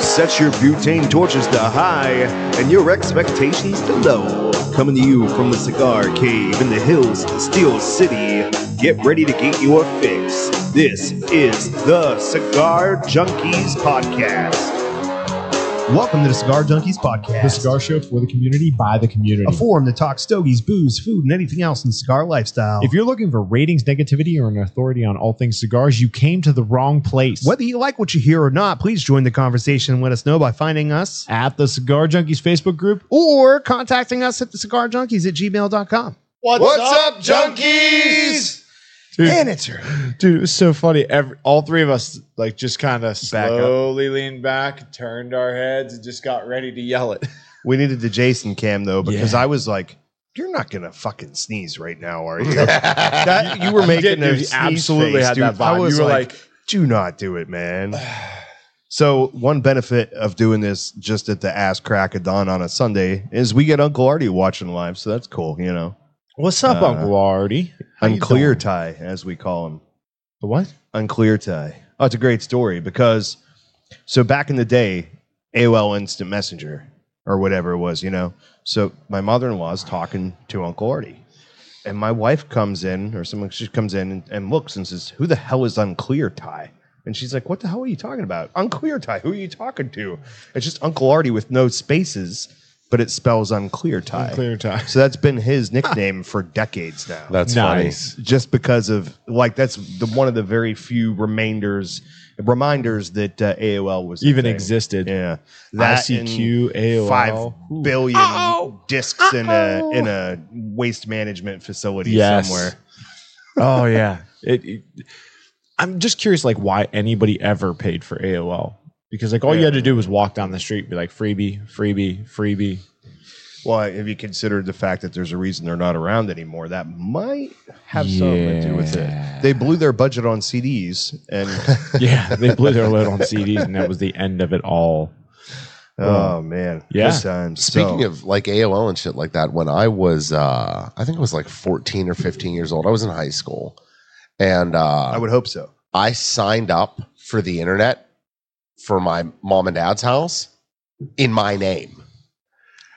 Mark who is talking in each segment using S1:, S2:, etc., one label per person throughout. S1: set your butane torches to high and your expectations to low. Coming to you from the cigar cave in the hills of the Steel City, get ready to get your fix. This is the Cigar Junkies Podcast. Welcome to the Cigar Junkies Podcast.
S2: The cigar show for the community by the community.
S1: a forum to talk stogies, booze, food, and anything else in the cigar lifestyle.
S2: If you're looking for ratings, negativity, or an authority on all things cigars, you came to the wrong place.
S1: Whether you like what you hear or not, please join the conversation and let us know by finding us
S2: At the Cigar Junkies Facebook group.
S1: or contacting us at theCigarJunkies at gmail.com.
S2: What's, Dude,
S1: And it's her.
S2: dude, it was so funny. Every, all three of us like just kind of
S1: Back up.
S2: slowly leaned back, turned our heads, and just got ready to yell it.
S1: We needed the Jason cam though, because
S2: Yeah.
S1: I was like, you're not going to fucking sneeze right now, are you? That- you were making
S2: did,
S1: a
S2: dude,
S1: sneeze
S2: absolutely
S1: face,
S2: had
S1: dude.
S2: that
S1: I
S2: vibe.
S1: was
S2: you were
S1: like-
S2: like,
S1: Do not do it, man. So, one benefit of doing this just at the ass crack of dawn on a Sunday is we get Uncle Artie watching live. So that's cool, you know.
S2: "What's up,
S1: Uh,
S2: Uncle Artie?" How you
S1: Unclear
S2: doing?
S1: tie, as we call him.
S2: What?
S1: Unclear tie. Oh, it's a great story because so back in the day, AOL Instant Messenger or whatever it was, you know. So my mother in law's talking to Uncle Artie. And my wife comes in, or someone she comes in and, and looks and says, Who the hell is Unclear Tie? And she's like, What the hell are you talking about? Unclear Tie, who are you talking to? It's just Uncle Artie with no spaces, but it spells Unclear Tie.
S2: Unclear time.
S1: So that's been his nickname for decades now
S3: That's
S2: Nice.
S1: just because of like that's the one of the very few remainders reminders that uh, AOL was a
S2: Even
S1: thing.
S2: existed.
S1: Yeah, and
S2: ICQ, AOL.
S1: five
S2: Ooh.
S1: billion discs in a
S2: Uh-oh.
S1: in a waste management facility
S2: Yes.
S1: somewhere.
S2: oh yeah. It, it- I'm just curious, like why anybody ever paid for AOL? Because like all you had to do was walk down the street, be like freebie, freebie, freebie.
S1: Well, have you considered the fact that there's a reason they're not around anymore? That might have something to do with it.
S2: Yeah.
S1: They blew their budget on CDs, and oh,
S2: Yeah, they blew their lid on CDs, and that was the end of it all.
S1: oh man,
S2: Yeah.
S1: good times.
S3: Speaking
S1: So-
S3: of like AOL and shit like that, when I was, uh, I think I was like 14 or 15 years old, I was in high school and
S1: I
S3: uh,
S1: would hope so.
S3: I signed up for the internet for my mom and dad's house in my name.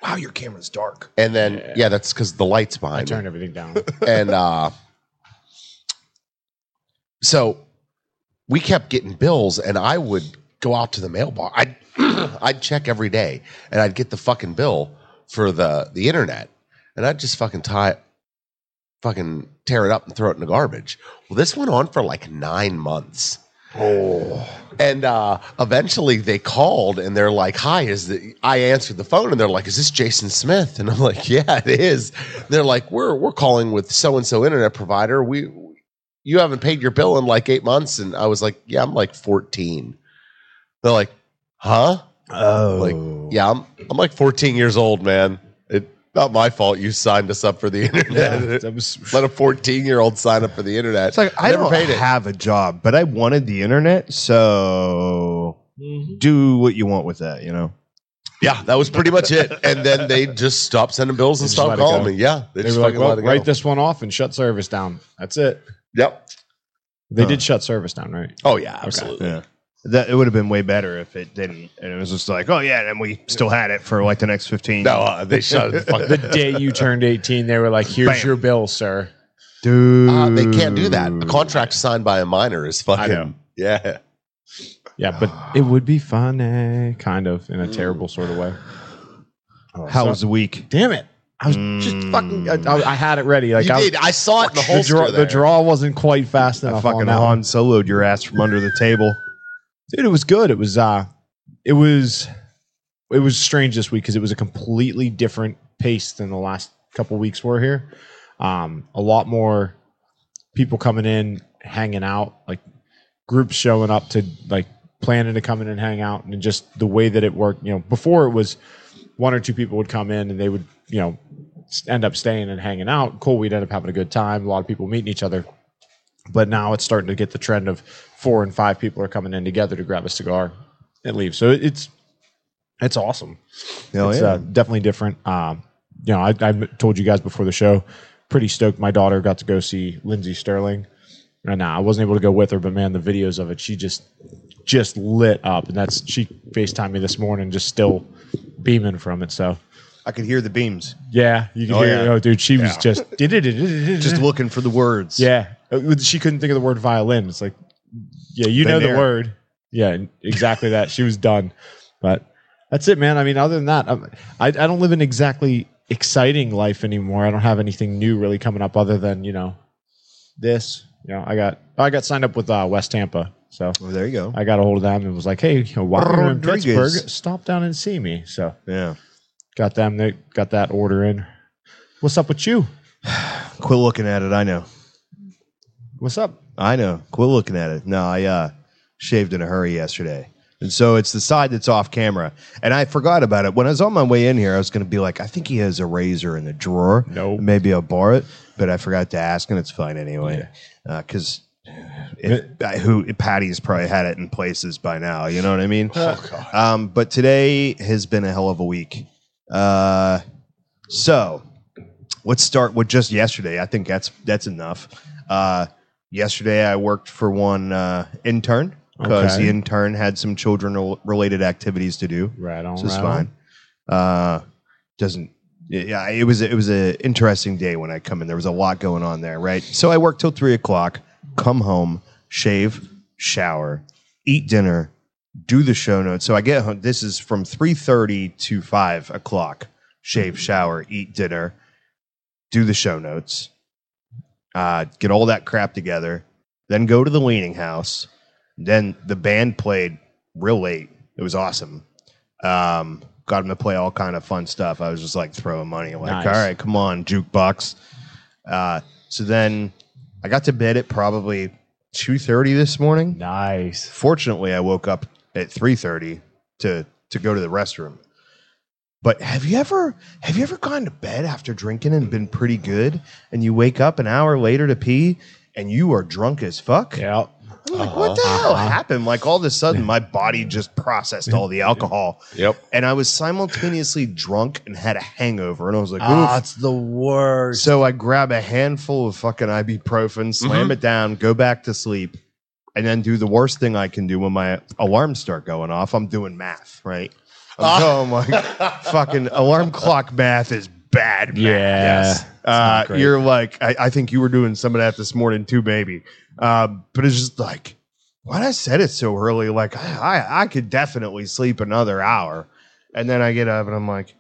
S1: Wow, your camera's dark.
S3: And then,
S2: Yeah.
S3: yeah, that's because the light's behind
S2: I
S3: me.
S2: turned everything down.
S3: and uh so we kept getting bills and i would go out to the mailbox i'd i'd check every day and i'd get the fucking bill for the the internet and i'd just fucking tie it fucking tear it up and throw it in the garbage well this went on for like nine months and uh, eventually they called and they're like, Hi, is the I answered the phone and they're like, Is this Jason Smith? And I'm like, Yeah, it is. They're like, We're we're calling with so and so internet provider. We you haven't paid your bill in like eight months. And I was like, Yeah, I'm like 14. They're like, Huh?
S1: Oh,
S3: Yeah, I'm I'm like 14 years old, man. It not my fault you signed us up for the internet.
S2: that was
S3: Let a 14 year old sign up for the internet.
S1: It's like I
S3: Never
S1: don't
S3: paid it.
S1: have a job, but I wanted the internet, so
S2: Mhm.
S1: do what you want with that, you know.
S3: Yeah, that was pretty much it. And then they just stopped sending bills
S2: They
S3: and
S2: just
S3: stopped
S2: let it
S3: calling
S2: go.
S3: me. Yeah, they,
S2: they
S3: just
S2: were like,
S3: fucking
S2: well,
S3: let it
S2: write
S3: go.
S2: this one off and shut service down. That's it.
S3: Yep.
S2: They
S1: Huh.
S2: did shut service down, right?
S3: Oh yeah, absolutely.
S1: Yeah. That it would have been way better if it didn't, and it was just like, oh yeah, and we still had it for like the next fifteen.
S3: No, uh, they shut it.
S2: The
S3: Fuck.
S2: day you turned 18, they were like, "Here's
S1: Bam.
S2: your bill, sir."
S1: dude,
S3: Uh, they can't do that. A contract signed by a minor is fucking.
S2: know.
S3: Yeah.
S2: Yeah, but it would be funny, kind of, in a
S3: Mm.
S2: terrible sort of way.
S3: Oh,
S1: How was the week?
S2: Damn it! I was just fucking. I, I- I had it ready. Like
S3: you
S2: I,
S3: did. I saw it in the
S2: the,
S3: holster.
S2: draw, the
S3: there.
S2: draw wasn't quite fast
S1: I
S2: enough.
S1: fucking
S2: on that
S1: Han Soloed your ass from under the table.
S2: one. dude, it was good. It was. uh It was. It was strange this week because it was a completely different pace than the last couple weeks were here. Um, a lot more people coming in, hanging out, like groups showing up to like planning to come in and hang out, and just the way that it worked. You know, before it was one or two people would come in and they would, you know, s- end up staying and hanging out. Cool, we'd end up having a good time. A lot of people meeting each other. But now it's starting to get the trend of four and five people are coming in together to grab a cigar and leave. So it- it's it's awesome
S1: Hell
S2: it's
S1: yeah.
S2: uh, definitely different. Um, you know, I, I told you guys before the show, pretty stoked. My daughter got to go see Lindsey Sterling, and uh, I wasn't able to go with her, but man, the videos of it, she just just lit up, and that's she Facetimed me this morning, just still beaming from it. So
S1: I could hear the beams,
S2: yeah, you can
S1: Oh,
S2: hear.
S1: yeah.
S2: Oh, dude, she was
S1: Yeah.
S2: just
S1: just looking for the words.
S2: Yeah, Uh, she couldn't think of the word violin. It's like, yeah, you
S1: Been
S2: know
S1: there.
S2: the word. Yeah, exactly that. She was done, but that's it, man. I mean, other than that, I'm, I I don't live an exactly exciting life anymore. I don't have anything new really coming up other than you know this. You know, I got I got signed up with uh, West Tampa, so
S1: Well, there you go.
S2: I got a hold of them and was like, hey, you know, while you're in
S1: Rodriguez.
S2: Pittsburgh, stop down and see me. So
S1: Yeah.
S2: got them. They got that order in. What's up with you?
S1: Quit looking at it. I know.
S2: What's up?
S1: I know. Quit looking at it. No, I uh, shaved in a hurry yesterday. And so it's the side that's off camera. And I forgot about it. When I was on my way in here, I was going to be like, I think he has a razor in the drawer.
S2: Nope.
S1: Maybe I'll borrow it. But I forgot to ask, and it's fine anyway. Uh, Because uh, who Patty's probably had it in places by now. You know what I mean?
S3: Oh, God.
S1: Um, but today has been a hell of a week. Uh, so let's start with just yesterday. I think that's that's enough. Uh, yesterday, I worked for one uh, intern because
S2: Okay.
S1: the intern had some children rel- related activities to do.
S2: Right on.
S1: So it's
S2: right on.
S1: fine. Uh, doesn't. Yeah, it was it was an interesting day when I come in. There was a lot going on there, right? So I worked till three o'clock. Come home, shave, shower, eat dinner, do the show notes. So I get home. This is from three thirty to five o'clock. Shave, shower, eat dinner, do the show notes, uh, get all that crap together, then go to the leaning house. Then the band played real late. It was awesome. Um, got them to play all kind of fun stuff. I was just like throwing money, like,
S2: Nice.
S1: all right, come on, jukebox. Uh, so then I got to bed at probably two thirty this morning
S2: Nice.
S1: fortunately i woke up at 3.30 to to go to the restroom but have you ever have you ever gone to bed after drinking and been pretty good and you wake up an hour later to pee and you are drunk as fuck
S2: Yeah.
S1: i'm like what the
S2: Uh-huh.
S1: hell
S2: Uh-huh.
S1: happened like all of a sudden my body just processed all the alcohol
S3: Yep.
S1: and i was simultaneously drunk and had a hangover and i was like oof.
S2: Ah, it's the worst.
S1: So I grab a handful of fucking ibuprofen,
S2: Mm-hmm.
S1: slam it down, go back to sleep, and then do the worst thing I can do when my alarms start going off. I'm doing math, right? I'm
S3: Ah.
S1: going like fucking alarm clock math is bad. Math.
S2: Yeah.
S1: Uh,
S2: not great.
S1: you're like, I, I think you were doing some of that this morning too, baby. Uh, but it's just like, when I said it so early, like I, I, I could definitely sleep another hour. And then I get up and I'm like,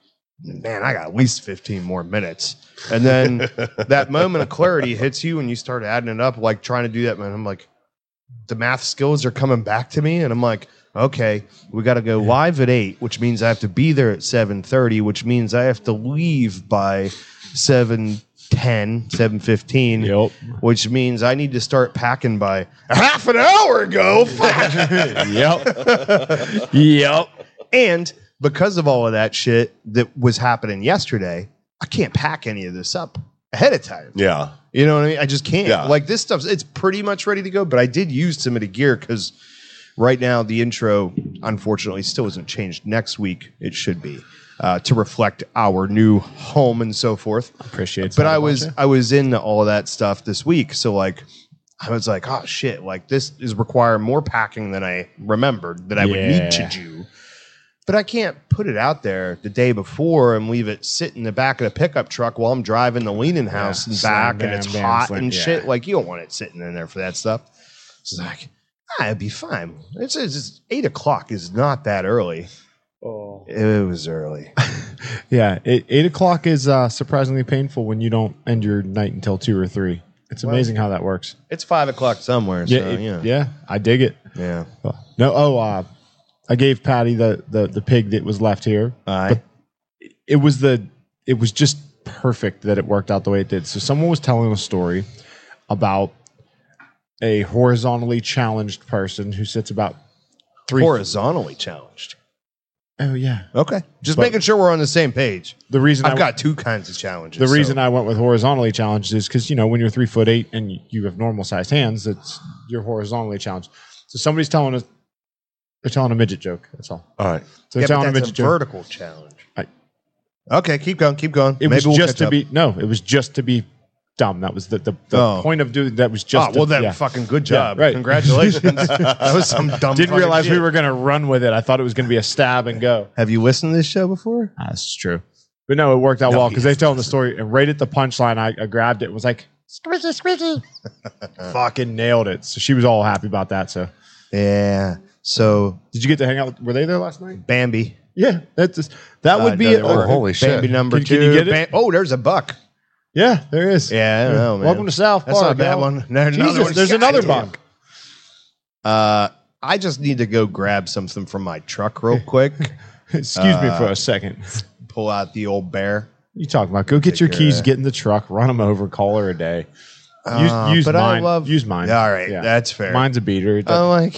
S1: man, I got at least 15 more minutes. And then that moment of clarity hits you and you start adding it up, like trying to do that. Man, I'm like, the math skills are coming back to me. And I'm like, okay, we got to go live at eight, which means I have to be there at 730, which means I have to leave by 710, 715
S2: Yep.
S1: which means I need to start packing by half an hour ago. Fuck.
S2: Yep. yep.
S1: and because of all of that shit that was happening yesterday, I can't pack any of this up ahead of time.
S3: Yeah.
S1: You know what I mean? I just can't.
S3: Yeah.
S1: Like this stuff's it's pretty much ready to go, but I did use some of the gear because right now the intro unfortunately still isn't changed. Next week it should be. Uh, to reflect our new home and so forth.
S2: Appreciate
S1: But I was I was into all that stuff this week, so like I was like, oh shit, like this is require more packing than I remembered that I would need to
S2: Yeah.
S1: do. But I can't put it out there the day before and leave it sit in the back of the pickup truck while I'm driving the leaning house and
S2: Slam,
S1: back,
S2: bam,
S1: and it's
S2: bam,
S1: hot
S2: slam,
S1: and
S2: yeah.
S1: shit. Like you don't want it sitting in there for that stuff. It's like ah, it'd be fine. It's, it's eight o'clock is not that early.
S2: Oh.
S1: It was early.
S2: Yeah. Eight, eight o'clock is uh, surprisingly painful when you don't end your night until two or three. It's
S1: Well-
S2: amazing how that works.
S1: It's five o'clock somewhere.
S2: Yeah,
S1: so,
S2: it-
S1: yeah,
S2: yeah. I dig it.
S1: yeah.
S2: No. Oh. Uh, I gave Patty the, the the pig that was left here.
S1: I
S2: it was the it was just perfect that it worked out the way it did. So someone was telling a story about a horizontally challenged person who sits about three.
S1: horizontally challenged.
S2: oh yeah.
S1: Okay. Just
S2: But-
S1: making sure we're on the same page.
S2: The reason
S1: I've
S2: I
S1: got two kinds of challenges.
S2: the reason
S1: so-
S2: I went with horizontally challenged is because you know when you're three foot eight and you have normal sized hands, it's you're horizontally challenged. So somebody's telling us they're telling a midget joke. That's all.
S3: All right.
S2: So they're
S1: yeah,
S2: telling
S1: but
S2: a
S1: that's
S2: midget
S1: a
S2: joke.
S1: vertical challenge.
S2: I-
S1: okay, keep going, keep going.
S2: It
S1: Maybe
S2: was
S1: we'll
S2: just
S1: catch
S2: to
S1: up.
S2: be no. It was just to be dumb. That was the the, the
S1: Oh.
S2: point of doing that was just
S1: oh, well,
S2: to-
S1: then
S2: yeah.
S1: fucking good job.
S2: right.
S1: Congratulations. that was some dumb
S2: Didn't
S1: fucking
S2: realize we
S1: shit.
S2: were going to run with it. I thought it was going to be a stab and go.
S1: Have you listened to this show before?
S2: That's true. But no, it worked out
S3: No,
S2: well
S3: he
S2: because they
S3: is
S2: tell the story. And right at the punchline, I, I grabbed it and was like, squeaky, squeaky. Fucking nailed it. So she was all happy about that. So
S1: Yeah. So,
S2: did you get to hang out with, were they there last night?
S1: Bambi.
S2: Yeah. That's just, that
S1: Uh,
S2: would be
S1: no,
S2: it.
S1: they were.
S3: Oh, holy shit.
S1: Bambi number
S2: Can-
S1: two.
S2: can you get it?
S1: Bam- oh, there's a buck.
S2: Yeah, there is.
S1: Yeah, I don't know, man.
S2: Welcome to South
S1: That's not a
S2: Park.
S1: bad
S2: y'all.
S1: one. No, another
S2: Jesus,
S1: one.
S2: there's
S1: God
S2: another
S1: damn.
S2: buck.
S1: Uh, I just need to go grab something from my truck real quick.
S2: Excuse me
S1: Uh,
S2: for a second.
S1: Pull out the old bear.
S2: You talking about go get your
S1: Take,
S2: keys,
S1: uh,
S2: get in the truck, run them over, call her a day. Use,
S1: Uh,
S2: use
S1: but
S2: mine.
S1: I love.
S2: use mine.
S1: All right,
S2: Yeah.
S1: that's fair.
S2: Mine's a beater. It doesn't-
S1: I'm like,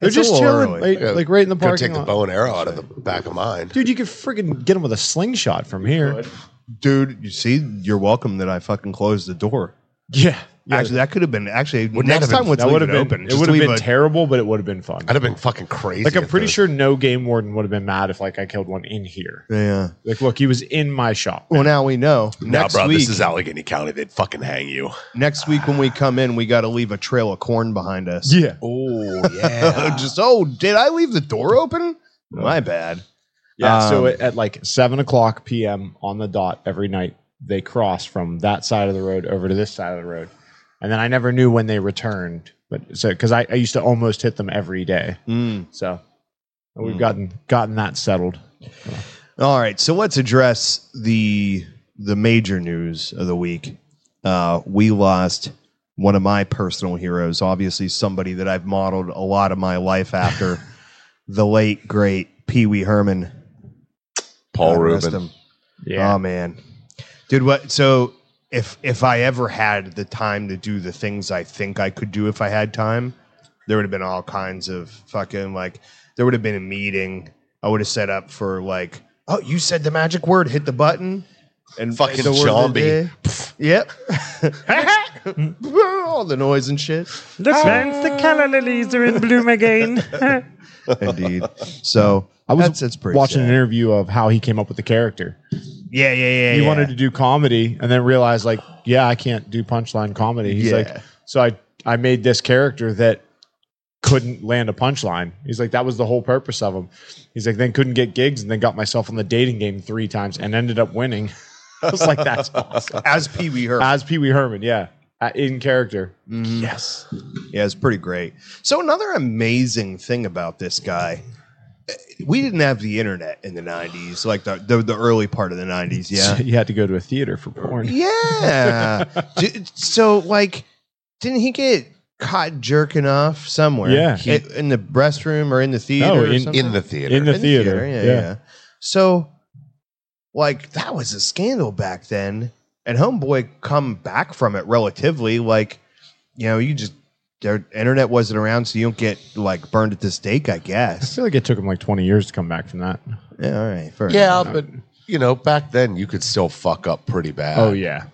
S2: They're
S1: it's a
S2: just
S1: little
S2: chilling,
S1: early.
S2: like, like right in the
S3: Go
S2: parking
S3: take the
S2: lot.
S3: bow and arrow out of the back of mine.
S2: Dude, you could freaking get them with a slingshot from here.
S1: dude. You see, you're welcome that I fucking closed the door.
S2: Yeah. yeah.
S1: Actually, that could have been. Actually,
S3: that
S1: next
S3: have been-
S1: time let's
S2: that
S1: leave
S2: would
S1: it
S2: have been
S1: open.
S2: it
S1: Just
S2: would have
S1: leave
S2: been
S1: a-
S2: terrible, but it would have been fun.
S3: I'd have been fucking crazy.
S2: Like I'm
S3: if
S2: pretty
S3: those-
S2: sure no game warden would have been mad if like I killed one in here.
S1: Yeah.
S2: Like, look, he was in my shop.
S1: Well, now we know.
S3: Nah,
S1: next
S3: bro,
S1: week,
S3: this is Allegheny County. They'd fucking hang you.
S1: next week when we come in, we got to leave a trail of corn behind us.
S2: Yeah.
S3: Oh yeah.
S1: Just oh, did I leave the door open? My bad.
S2: Yeah. so
S1: Um,
S2: at, at like seven o'clock p.m. on the dot every night, they cross from that side of the road over to this side of the road, and then I never knew when they returned. But so because I, I used to almost hit them every day,
S1: Mm.
S2: so we've
S1: Hmm.
S2: gotten gotten that settled.
S1: All right, so let's address the the major news of the week. Uh, we lost one of my personal heroes, obviously somebody that I've modeled a lot of my life after, the late great Pee Wee Herman.
S3: Paul
S1: God rest
S3: Rubin.
S1: him. Oh man, dude, what? So if if I ever had the time to do the things I think I could do if I had time, there would have been all kinds of fucking like there would have been a meeting I would have set up for like, oh, you said the magic word, hit the button, and
S3: Fucking
S1: the word of the
S3: zombie.
S1: day. Yep, all the noise and shit.
S4: The
S1: ah.
S4: plants, the calla lilies are in bloom again.
S1: Indeed. So
S2: I was
S1: that's, that's pretty
S2: watching an
S1: sad.
S2: interview of how he came up with the character.
S1: Yeah, yeah, yeah.
S2: he
S1: yeah.
S2: wanted to do comedy and then realized like, yeah, I can't do punchline comedy. He's
S1: Yeah.
S2: like, so I I made this character that couldn't land a punchline. He's like, that was the whole purpose of him. He's like, then couldn't get gigs and then got myself on the dating game three times and ended up winning. I was like, that's awesome.
S1: as Pee Wee Herman.
S2: As Pee Wee Herman, yeah, Uh, in character.
S1: Mhm.
S2: Yes.
S1: Yeah, it's pretty great. So another amazing thing about this guy, uh, we didn't have the internet in the '90s, like the the, the early part of the '90s.
S2: Yeah.
S1: Yeah,
S2: you had to go to a theater for porn.
S1: yeah. D- so like, didn't he get caught jerking off somewhere?
S2: Yeah. Oh,
S1: He- in the restroom or in the theater. or
S2: in- in
S1: something?
S3: In the theater.
S2: In the
S1: In
S2: theater.
S1: Yeah,
S2: yeah.
S1: yeah, So, like, that was a scandal back then, and Homeboy come back from it relatively. Like, you know, you just their internet wasn't around, so you don't get like burned at the stake, I
S2: I
S1: guess.
S2: feel like it took him like 20 years to come back from that.
S1: Yeah, all right, fair enough.
S3: yeah, but you know, back then you could still fuck up pretty bad.
S2: oh, yeah.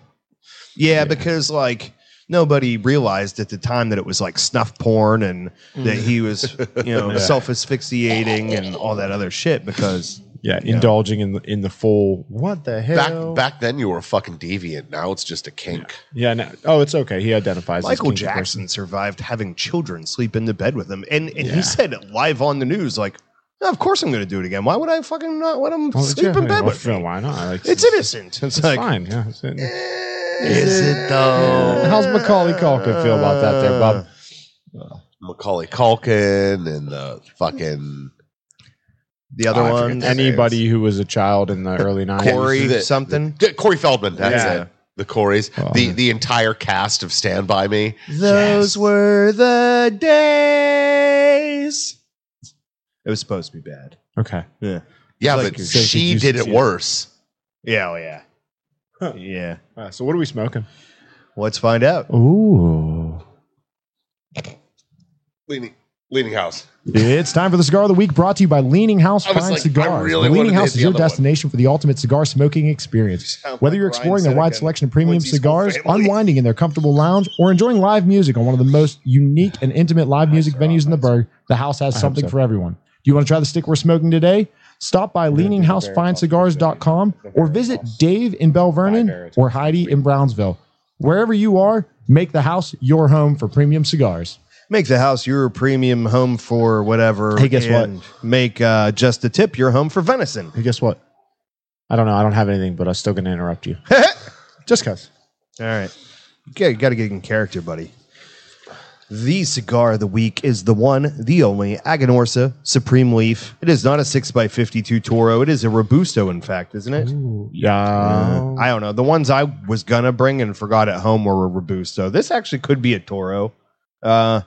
S1: yeah, because like. Nobody realized at the time that it was like snuff porn and that he was, you know,
S2: Mm. Yeah.
S1: self asphyxiating and all that other shit because
S2: Yeah, indulging in the, in the full what the hell.
S3: Back back then you were a fucking deviant. Now it's just a kink.
S2: Yeah. No, oh, it's okay. He identifies. as
S1: Michael
S2: kinky person.
S1: Jackson survived having children sleep in the bed with him, and and
S2: Yeah.
S1: he said it live on the news, like, "Yeah, "Of course I'm going to do it again. Why would I fucking not let him
S2: Oh,
S1: sleep
S2: yeah,
S1: in
S2: I
S1: bed
S2: don't
S1: with
S2: feel
S1: me?
S2: why not? Like,
S1: It's innocent." It's,
S2: It's
S1: like,
S2: fine. Yeah. it's in-
S1: is it though?
S2: How's Macaulay Culkin feel about that, there, Bob?
S3: Macaulay Culkin and the fucking
S1: The other
S3: I forget
S1: one,
S3: that.
S1: and
S2: Anybody who was a child in the early nineties.
S1: Corey
S3: the-
S1: something.
S3: Yeah, Corey Feldman. That's
S2: Yeah.
S3: it. The Coreys.
S2: Oh,
S3: the
S2: man.
S3: the entire cast of Stand By Me.
S1: Those were the days. It was supposed to be bad.
S2: Okay.
S3: Yeah,
S1: Like,
S3: but
S2: so
S3: she
S2: confused
S3: did
S2: to
S3: it
S2: see it.
S3: worse.
S1: Yeah, oh yeah,
S2: Huh.
S1: yeah.
S2: Uh, so what are we smoking?
S1: Let's find out.
S2: Ooh.
S3: Leaning Leaning House.
S5: It's time for the cigar of the week brought to you by Leaning House
S3: I was
S5: Fine
S3: like, I
S5: Cigars.
S3: really
S5: The
S3: wanted
S5: Leaning
S3: to
S5: House
S3: hit
S5: is
S3: the
S5: your
S3: other one.
S5: destination for the ultimate cigar smoking experience.
S1: sound
S5: Whether
S1: like
S5: you're
S1: Ryan
S5: exploring their wide
S1: Seneca
S5: selection of premium
S1: Quincy's whole
S5: cigars,
S1: family.
S5: unwinding in their comfortable lounge, or enjoying live music on one of the most unique and intimate live music venues in the burg, the house has something for everyone. Do you want to try the stick we're smoking today? Stop by leaninghousefinecigars.com or visit Dave in Bell Vernon or Heidi in Brownsville. Wherever you are, make the house your home for premium cigars.
S1: Make the house your premium home for whatever.
S5: Hey, guess what?
S1: what? Make uh, just the tip your home for venison.
S2: Hey, guess what? I don't know. I don't have anything, but I'm still going to interrupt you. Just because.
S1: All right. Okay, you got to get in character, buddy. The cigar of the week is the one, the only Aganorsa Supreme Leaf. It is not a 6x52 Toro. It is a Robusto, in fact, isn't it?
S2: Yeah.
S1: I don't know. The ones I was going to bring and forgot at home were a Robusto. This actually could be a Toro. Uh,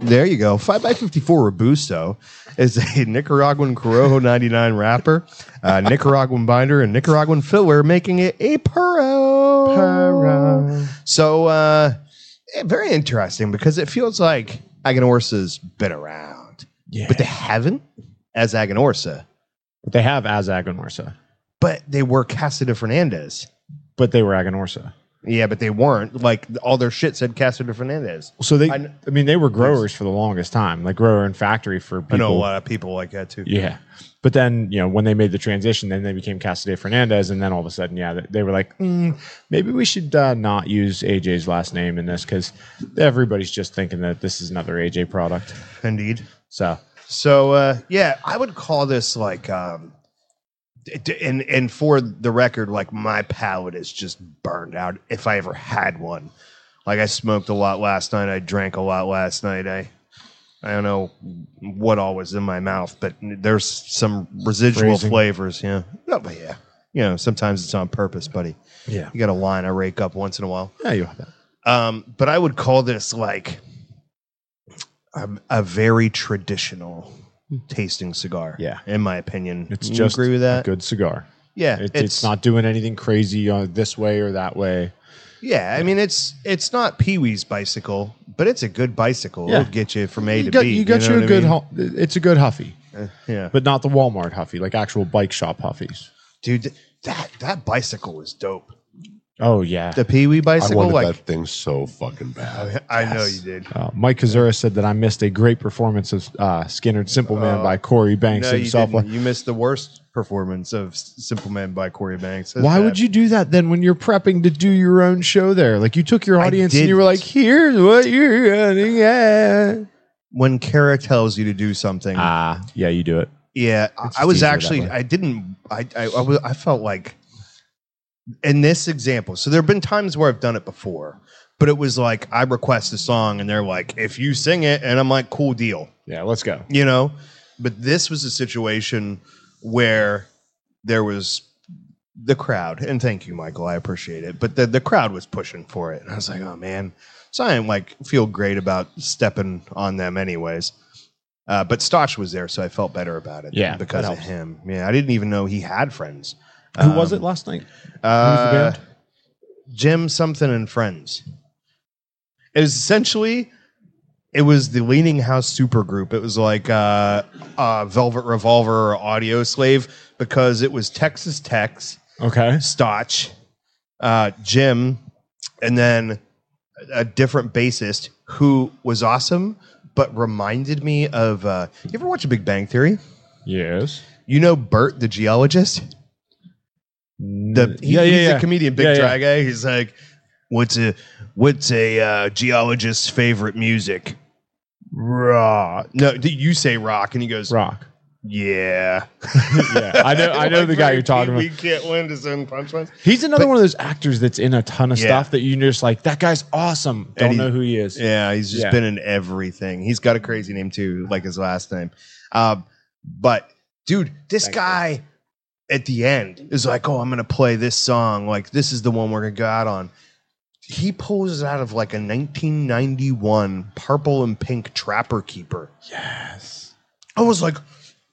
S1: there you go. 5x54 Robusto is a Nicaraguan Corojo 99 wrapper, uh, Nicaraguan binder, and Nicaraguan filler, making it a Puro. So uh, eh, very interesting because it feels like Aganorsa's been around,
S2: yeah.
S1: but they haven't as Aganorsa.
S2: But they have as Aganorsa,
S1: But they were Cassida Fernandez.
S2: but they were Aganorsa.
S1: Yeah, but they weren't. Like all their shit said Cassida Fernandez.
S2: So they,
S1: I
S2: I,
S1: kn-
S2: mean, they were growers for the longest time, like grower and factory for people.
S1: I know a lot of people like that too.
S2: Yeah. But then, you know, when they made the transition, then they became Cassidy Fernandez. And then all of a sudden, yeah, they, they were like, "Mm, maybe we should uh, not use AJ's last name in this because everybody's just thinking that this is another AJ product.
S1: Indeed.
S2: So,
S1: So uh, yeah, I would call this like, um, d- d- and and for the record, like my palate is just burned out. If I ever had one, like I smoked a lot last night, I drank a lot last night. I I don't know what all was in my mouth, but there's some residual
S2: Phrasing.
S1: flavors. Yeah, no, but yeah, you know, sometimes it's on purpose, buddy.
S2: Oh, yeah.
S1: You got a line I rake up once in a while.
S2: Yeah, you have that.
S1: Um, but I would call this like a, a very traditional
S2: Hmm.
S1: tasting cigar.
S2: Yeah.
S1: in my opinion,
S2: It's
S1: You
S2: just
S1: agree with
S2: a
S1: that.
S2: good cigar.
S1: yeah,
S2: It, it's, not doing anything crazy uh, this way or that way.
S1: Yeah, I mean it's it's not Pee Wee's bicycle, but it's a good bicycle.
S2: Yeah.
S1: It'll get you from A
S2: You
S1: to
S2: got,
S1: B.
S2: you got
S1: know
S2: your
S1: what I
S2: good,
S1: mean? Uh,
S2: hu- it's a good Huffy,
S1: yeah,
S2: but not the Walmart Huffy, like actual bike shop Huffies.
S1: dude, th- that that bicycle was dope.
S2: Oh, yeah.
S1: The Pee Wee
S3: I
S1: bicycle,
S3: wanted
S1: like
S3: that thing so fucking bad.
S1: I know you did.
S2: Uh, Mike Kazura said that I missed a great performance of uh, Skinnered Simple Man
S6: Oh.
S2: by Corey Banks
S1: No, you
S2: himself.
S1: didn't. You missed the worst performance of S- Simple Man by Corey Banks. That's
S2: Why
S1: bad.
S2: would you do that then when you're prepping to do your own show there? Like you took your
S1: I
S2: audience and you were
S1: didn't.
S2: like, here's what you're gonna get.
S1: when Kara tells you to do something?
S2: Ah, yeah, you do it.
S1: Yeah, I-
S2: It's
S1: I
S2: just
S1: was
S2: easier that
S1: actually
S2: way.
S1: I didn't I I, I, was, I felt like in this example. So there have been times where I've done it before, but it was like I request a song and they're like, if you sing it, and I'm like, cool deal,
S2: Yeah, let's go.
S1: you know. But this was a situation where there was the crowd, and thank you, Michael, I appreciate it. But the the crowd was pushing for it, and I was like, oh man. So I didn't like feel great about stepping on them, anyways. Uh, but Stosh was there, so I felt better about it.
S2: Yeah,
S1: because
S2: that
S1: of
S2: helps.
S1: him. Yeah, I didn't even know he had friends.
S2: Who was it last night?
S1: Uh,
S2: band?
S1: Jim something and friends. It was essentially it was the Leaning House supergroup. It was like uh, uh, Velvet Revolver or Audio Slave because it was Texas Tex,
S2: Okay.
S1: Stotch, uh, Jim, and then a different bassist who was awesome, but reminded me of. Uh, you ever watch A Big Bang Theory?
S2: Yes.
S1: You know Bert, the geologist. The he-
S2: yeah, yeah,
S1: he's
S2: yeah.
S1: a comedian, big
S2: Yeah, yeah.
S1: dry guy. He's like, what's a what's a uh, geologist's favorite music? Raw. No, th- you say rock, and he goes,
S2: Rock.
S1: yeah.
S2: Yeah. I know I know the guy you're talking
S1: we,
S2: about.
S1: can't land his own punchlines.
S2: He's another one of those actors that's in a ton of
S1: Yeah.
S2: stuff that you're just like, that guy's awesome. Don't
S1: he-
S2: know who he is.
S1: Yeah, he's just
S2: Yeah.
S1: been in everything. He's got a crazy name too, like his last name. Um, but dude, this
S2: Thank you.
S1: guy at the end is like, "Oh, I'm gonna play this song. Like this is the one we're gonna go out on." He pulls it out of like a 1991 purple and pink Trapper Keeper.
S2: Yes.
S1: I was like,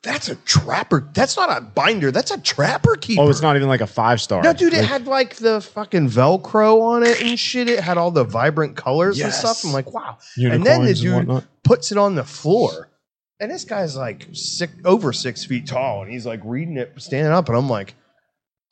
S1: "That's a Trapper. That's not a binder. That's a Trapper Keeper."
S2: Oh, it's not even like a five star.
S1: No, dude, it had like the fucking Velcro on it and shit. It had all the vibrant colors and
S2: Yes.
S1: stuff. I'm like, wow.
S2: unicorns
S1: and then the
S2: and
S1: dude
S2: whatnot.
S1: puts it on the floor. And this guy's like six, over six feet tall, and he's like reading it standing up. And I'm like,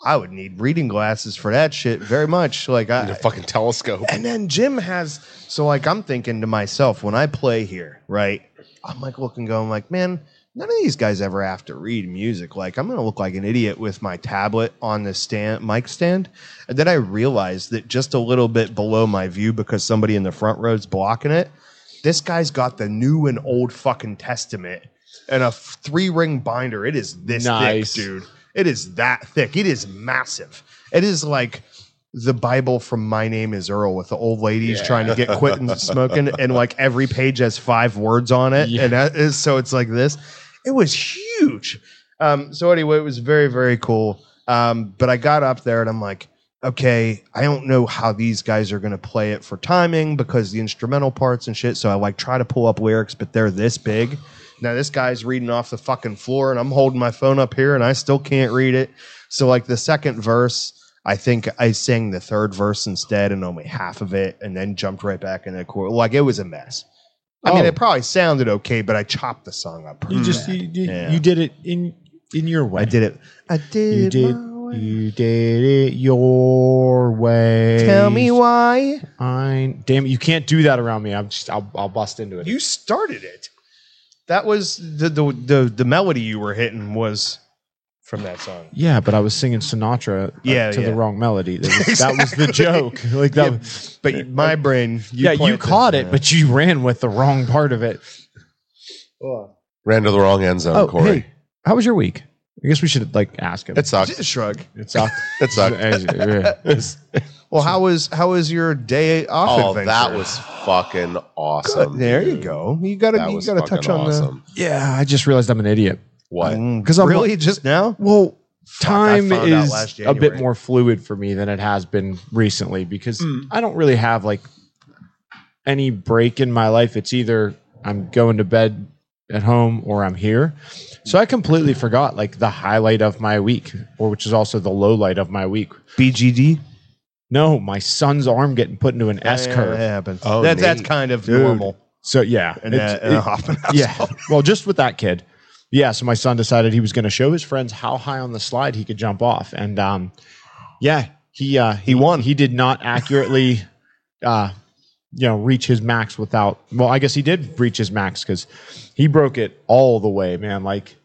S1: I would need reading glasses for that shit very much. Like,
S3: Need a
S1: I.
S3: fucking telescope.
S1: And then Jim has. So, like, I'm thinking to myself when I play here, right? I'm like looking, going, like, man, none of these guys ever have to read music. Like I'm gonna look like an idiot with my tablet on the stand mic stand. And then I realized that just a little bit below my view because somebody in the front row's blocking it, this guy's got the new and old fucking testament and a three ring binder. It is this
S2: Nice.
S1: thick, dude. It is that thick. It is massive. It is like the Bible from My Name is Earl with the old ladies trying to get quit and smoking, and like every page has five words on it. And that is, so it's like this. It was huge. Um, so anyway, it was very, very cool. Um, but I got up there and I'm like, okay, I don't know how these guys are going to play it for timing because the instrumental parts and shit. So I like try to pull up lyrics, but they're this big. Now this guy's reading off the fucking floor and I'm holding my phone up here and I still can't read it. So like the second verse, I think I sang the third verse instead and only half of it and then jumped right back in the chord. Like it was a mess. I mean,
S2: Oh.
S1: it probably sounded okay, but I chopped the song up.
S2: You
S1: pretty
S2: just
S1: bad.
S2: you, you,
S1: Yeah.
S2: you did it in in your way.
S1: I did it. I did
S2: You
S1: it
S2: did.
S1: my way.
S2: You did it your way.
S1: Tell me why.
S2: I damn it. You can't do that around me. I'm just. I'll, I'll bust into it.
S1: You started it. That was the the the, the melody you were hitting was from that song.
S2: yeah, but I was singing Sinatra. uh,
S1: Yeah,
S2: to
S1: yeah.
S2: the wrong melody. That was, that was the joke. Like that.
S1: Yeah,
S2: was-
S1: but you- my brain,
S2: yeah, you
S1: planted-
S2: caught it,
S1: yeah.
S2: but you ran with the wrong part of it.
S3: Ran to the wrong end zone,
S2: Oh,
S3: Corey.
S2: hey, how was your week? I guess we should like ask him.
S3: It sucked.
S1: Just shrug.
S2: it sucked.
S3: It sucked.
S1: Well, how was how was your day off?
S3: Oh,
S1: adventure?
S3: that was fucking
S1: good.
S3: awesome.
S1: there you
S3: dude.
S1: go. You gotta
S3: That
S1: you
S3: was
S1: gotta
S3: fucking
S1: touch on Mm-hmm.
S3: awesome.
S2: yeah, I just realized I'm an idiot.
S1: the
S3: What?
S1: because
S2: 'Cause
S1: I'm
S2: I'm-
S1: really just now.
S2: Well,
S1: Fuck, I
S2: time
S1: found out last
S2: is a bit
S1: January.
S2: more fluid for me than it has been recently because I don't really have like any break in my life. It's either I'm going to bed at home or I'm here. So I completely forgot like the highlight of my week, or which is also the low light of my week.
S1: BGD.
S2: No, my son's arm getting put into an S curve.
S1: That happens.
S3: Oh,
S1: that, that's
S3: neat.
S1: kind of
S2: Dude.
S1: normal.
S2: So yeah,
S1: And uh,
S2: it's-
S1: that, and
S2: it-
S1: a Hoffman House.
S2: yeah. Well, just with that kid. Yeah. So my son decided he was going to show his friends how high on the slide he could jump off, and um, yeah, he uh, he won. He did not accurately, uh, you know, reach his max without. Well, I guess he did reach his max because he broke it all the way, man. Like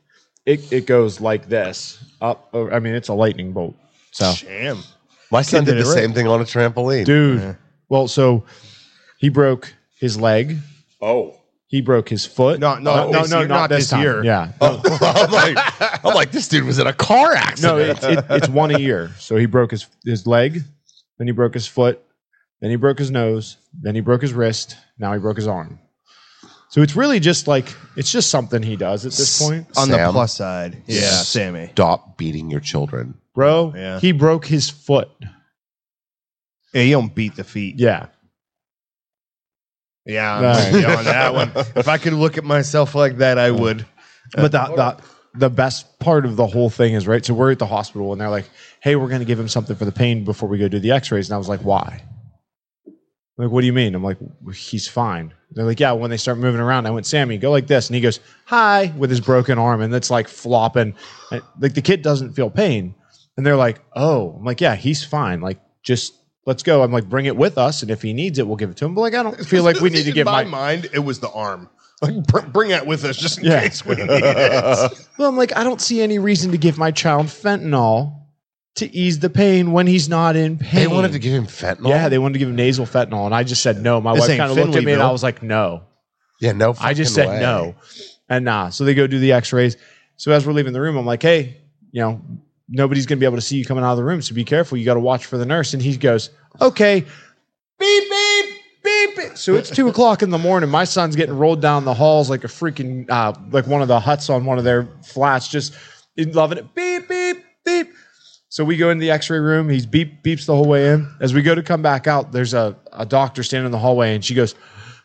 S2: it, it goes like this up. Over, I mean, it's a lightning bolt. So
S1: Sham.
S3: My son
S1: Kid
S3: did
S1: did
S3: the
S1: it right.
S3: same thing on a trampoline.
S2: dude.
S1: Yeah.
S2: Well, so he broke his leg.
S3: Oh.
S2: He broke his foot.
S1: Not- not
S2: no, no,
S1: this
S2: no,
S1: year, not
S2: not this
S1: this
S2: time.
S1: year.
S2: Yeah,
S3: I'm, like, I'm like, this dude was in a car
S2: No,
S3: accident.
S2: it's, it, it's one a year. So he broke his his leg, then he broke his foot, then he broke his nose, then he broke his wrist. Now he broke his arm. So it's really just like it's just something he does at this point,
S1: On the
S3: Sam.
S1: plus side, yeah,
S3: Yeah.
S1: Sammy.
S3: Stop beating your children.
S2: bro.
S1: Yeah.
S2: He broke his foot.
S1: Yeah, you don't beat the feet.
S2: Yeah,
S1: Yeah, I'm
S2: Right.
S1: with you on that one. If I could look at myself like that, I would.
S2: but the, the the best part of the whole thing is right. So we're at the hospital and they're like, "Hey, we're going to give him something for the pain before we go do the X-rays." And I was like, "Why?" Like, what do you mean? I'm like, he's fine. They're like, yeah. When they start moving around, I went, Sammy, go like this, and he goes, hi, with his broken arm, and that's like flopping. And, Like the kid doesn't feel pain, and they're like, oh, I'm like, yeah, he's fine. Like, just let's go. I'm like, bring it with us, and if he needs it, we'll give it to him. But like, I don't feel like we need to
S1: In
S2: give
S1: my
S2: my.
S1: mind. It was the arm. Like, br- bring that with us just in
S2: Yeah.
S1: case we need it.
S2: Well, I'm like, I don't see any reason to give my child fentanyl to ease the pain when he's not in pain.
S3: They wanted to give him fentanyl.
S2: yeah, they wanted to give him nasal fentanyl, and I just said no. My
S1: This
S2: wife
S1: ain't
S2: kind of looked at me, and
S1: Finleyville.
S2: I was like, no.
S3: yeah, no.
S2: I just said
S3: fucking
S2: no.
S3: way.
S2: And nah. So they go do the x rays. So as we're leaving the room, I'm like, hey, you know, nobody's going to be able to see you coming out of the room. So be careful. You got to watch for the nurse. And he goes, okay. Beep, beep, beep, beep. So it's two o'clock in the morning. My son's getting rolled down the halls like a freaking, uh, like one of the huts on one of their flats, just loving it. Beep, beep, beep. So we go into the x-ray room. He's beep beeps the whole way in. As we go to come back out, there's a, a doctor standing in the hallway and she goes,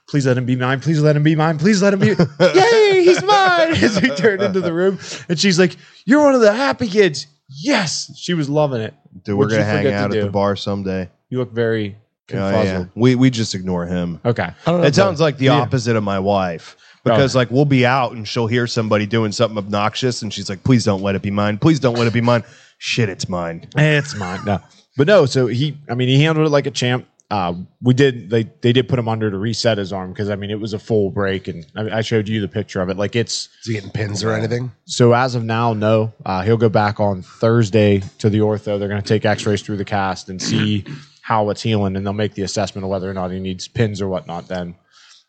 S2: Please let him be mine. Please let him be mine. Please let him be. Yay, he's mine. As we turned into the room. And she's like, You're one of the happy kids. Yes. She was loving it.
S1: Dude, we're
S2: What'd you
S1: gonna hang
S2: forget to
S1: out at the
S2: do?
S1: bar someday.
S2: You look very
S1: Oh,
S2: confuzzled.
S1: We we just ignore him.
S2: Okay.
S1: It sounds like the
S2: Yeah.
S1: opposite of my wife. Because like we'll be out and she'll hear somebody doing something obnoxious and she's like, "Please don't let it be mine. Please don't let it be mine." Shit, it's mine.
S2: It's mine. No. But no, so he I mean he handled it like a champ. uh, we did they they did put him under to reset his arm because I mean it was a full break and I, I showed you the picture of it. Like it's
S3: Is he getting pins or anything?
S2: so as of now, no. Uh, he'll go back on Thursday to the ortho. They're going to take X-rays through the cast and see how it's healing, and they'll make the assessment of whether or not he needs pins or whatnot. Then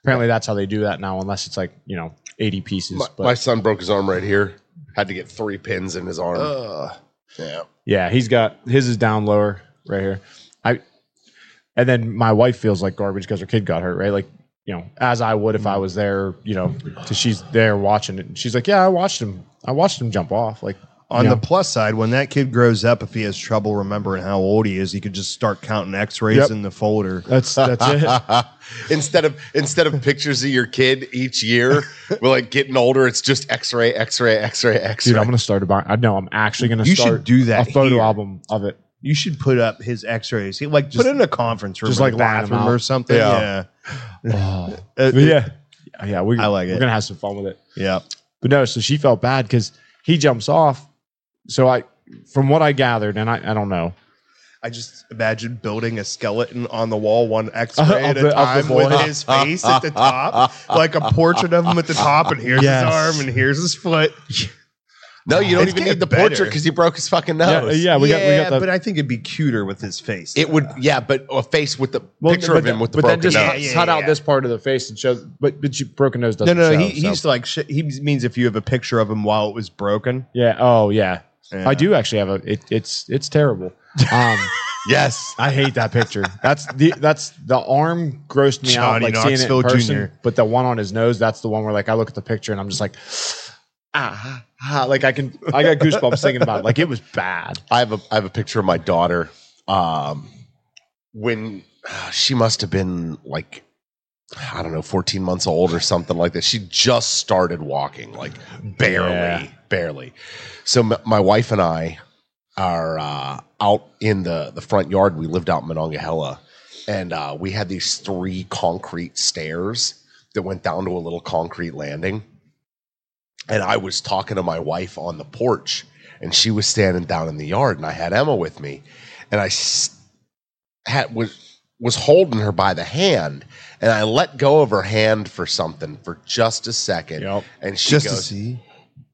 S2: apparently that's how they do that now, unless it's like you know eighty pieces.
S3: My,
S2: but
S3: my son broke his arm right here. Had to get three pins in his arm. yeah.
S2: yeah, he's got his is down lower right here. I and then my wife feels like garbage because her kid got hurt right. Like you know, as I would if I was there. You know, 'cause she's there watching it. And she's like, yeah, I watched him. I watched him jump off. Like
S1: On
S2: Yeah.
S1: the plus side, when that kid grows up, if he has trouble remembering how old he is, he could just start counting X-rays
S2: Yep.
S1: in the folder.
S2: that's that's it.
S3: instead of instead of pictures of your kid each year, we're like getting older. It's just X-ray, X-ray, X-ray, X-ray.
S2: Dude, I'm gonna start a bi- I know I'm actually gonna
S1: You should
S2: start
S1: do that
S2: a photo
S1: here.
S2: album of it.
S1: You should put up his X-rays. He like put it in a conference room,
S2: just,
S1: or
S2: like,
S1: a
S2: line 'em
S1: bathroom or
S2: out.
S1: something.
S3: Yeah.
S1: Yeah,
S2: Oh,
S1: Uh,
S2: yeah, yeah. We,
S1: I like
S2: we're
S1: it.
S2: gonna have some fun with it.
S1: yeah.
S2: But no, so she felt bad because he jumps off. So I, from what I gathered, and I, I don't know.
S1: I just imagine building a skeleton on the wall, one X-ray
S2: Of
S1: at
S2: the-
S1: a
S2: of the
S1: time, with
S2: boy.
S1: his face at the top, like a portrait of him at the top, and here's
S2: Yes.
S1: his arm, and here's his foot.
S3: no, you don't
S1: It's getting
S3: even need the
S1: better.
S3: portrait because he broke his fucking
S1: Oh,
S3: nose.
S2: Yeah, yeah, we got we got the.
S1: but I think it'd be cuter with his face.
S3: It would, yeah, but a face with the
S2: well,
S3: picture
S2: but
S3: of him with the
S2: but
S3: broken
S2: that just
S3: nose.
S2: cut,
S1: Yeah, yeah,
S2: cut out
S1: yeah.
S2: this part of the face and shows. But but you, broken nose
S1: no,
S2: doesn't.
S1: no, no,
S2: show,
S1: he,
S2: so.
S1: he's like sh- he means if you have a picture of him while it was broken.
S2: yeah. Oh yeah.
S1: Yeah.
S2: I do actually have a. It, it's it's terrible. Um,
S3: Yes,
S2: I hate that picture. That's the that's the arm grossed me
S1: Johnny
S2: out like seeing it in
S1: Knoxville
S2: person.
S1: Jr..
S2: But the one on his nose, that's the one where like I look at the picture and I'm just like, ah, ah like I can I got goosebumps thinking about it. Like it was bad.
S3: I have a I have a picture of my daughter. Um, when uh, she must have been like, I don't know, fourteen months old or something like that. She just started walking, like barely,
S2: Yeah.
S3: barely. So m- my wife and I are uh, out in the the front yard. We lived out in Monongahela, and uh, we had these three concrete stairs that went down to a little concrete landing. And I was talking to my wife on the porch, and she was standing down in the yard, and I had Emma with me, and I s- had was was holding her by the hand, and I let go of her hand for something for just a second,
S2: Yep.
S3: and she
S1: Just to
S3: goes,
S1: see,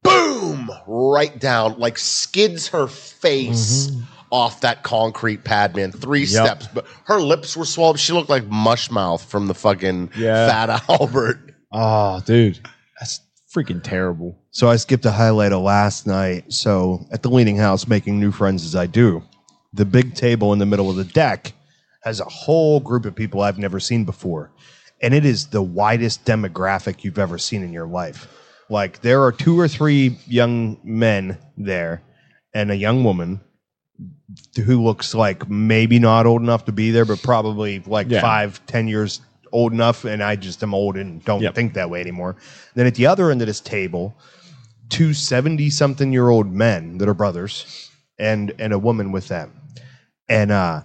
S3: boom right down like skids her face off that concrete pad man three
S2: Mm-hmm. Yep.
S3: steps but her lips were swollen she looked like mushmouth from the fucking
S2: Yeah.
S3: fat albert
S2: Oh, dude, that's freaking terrible.
S1: So I skipped a highlight of last night. So at the Leaning House, making new friends as I do, the big table in the middle of the deck has a whole group of people I've never seen before. And it is the widest demographic you've ever seen in your life. Like there are two or three young men there and a young woman who looks like maybe not old enough to be there, but probably like
S2: Yeah.
S1: five, ten years old enough. And I just am old and don't
S2: Yep.
S1: think that way anymore. Then at the other end of this table, two 70 something year old men that are brothers and and a woman with them and uh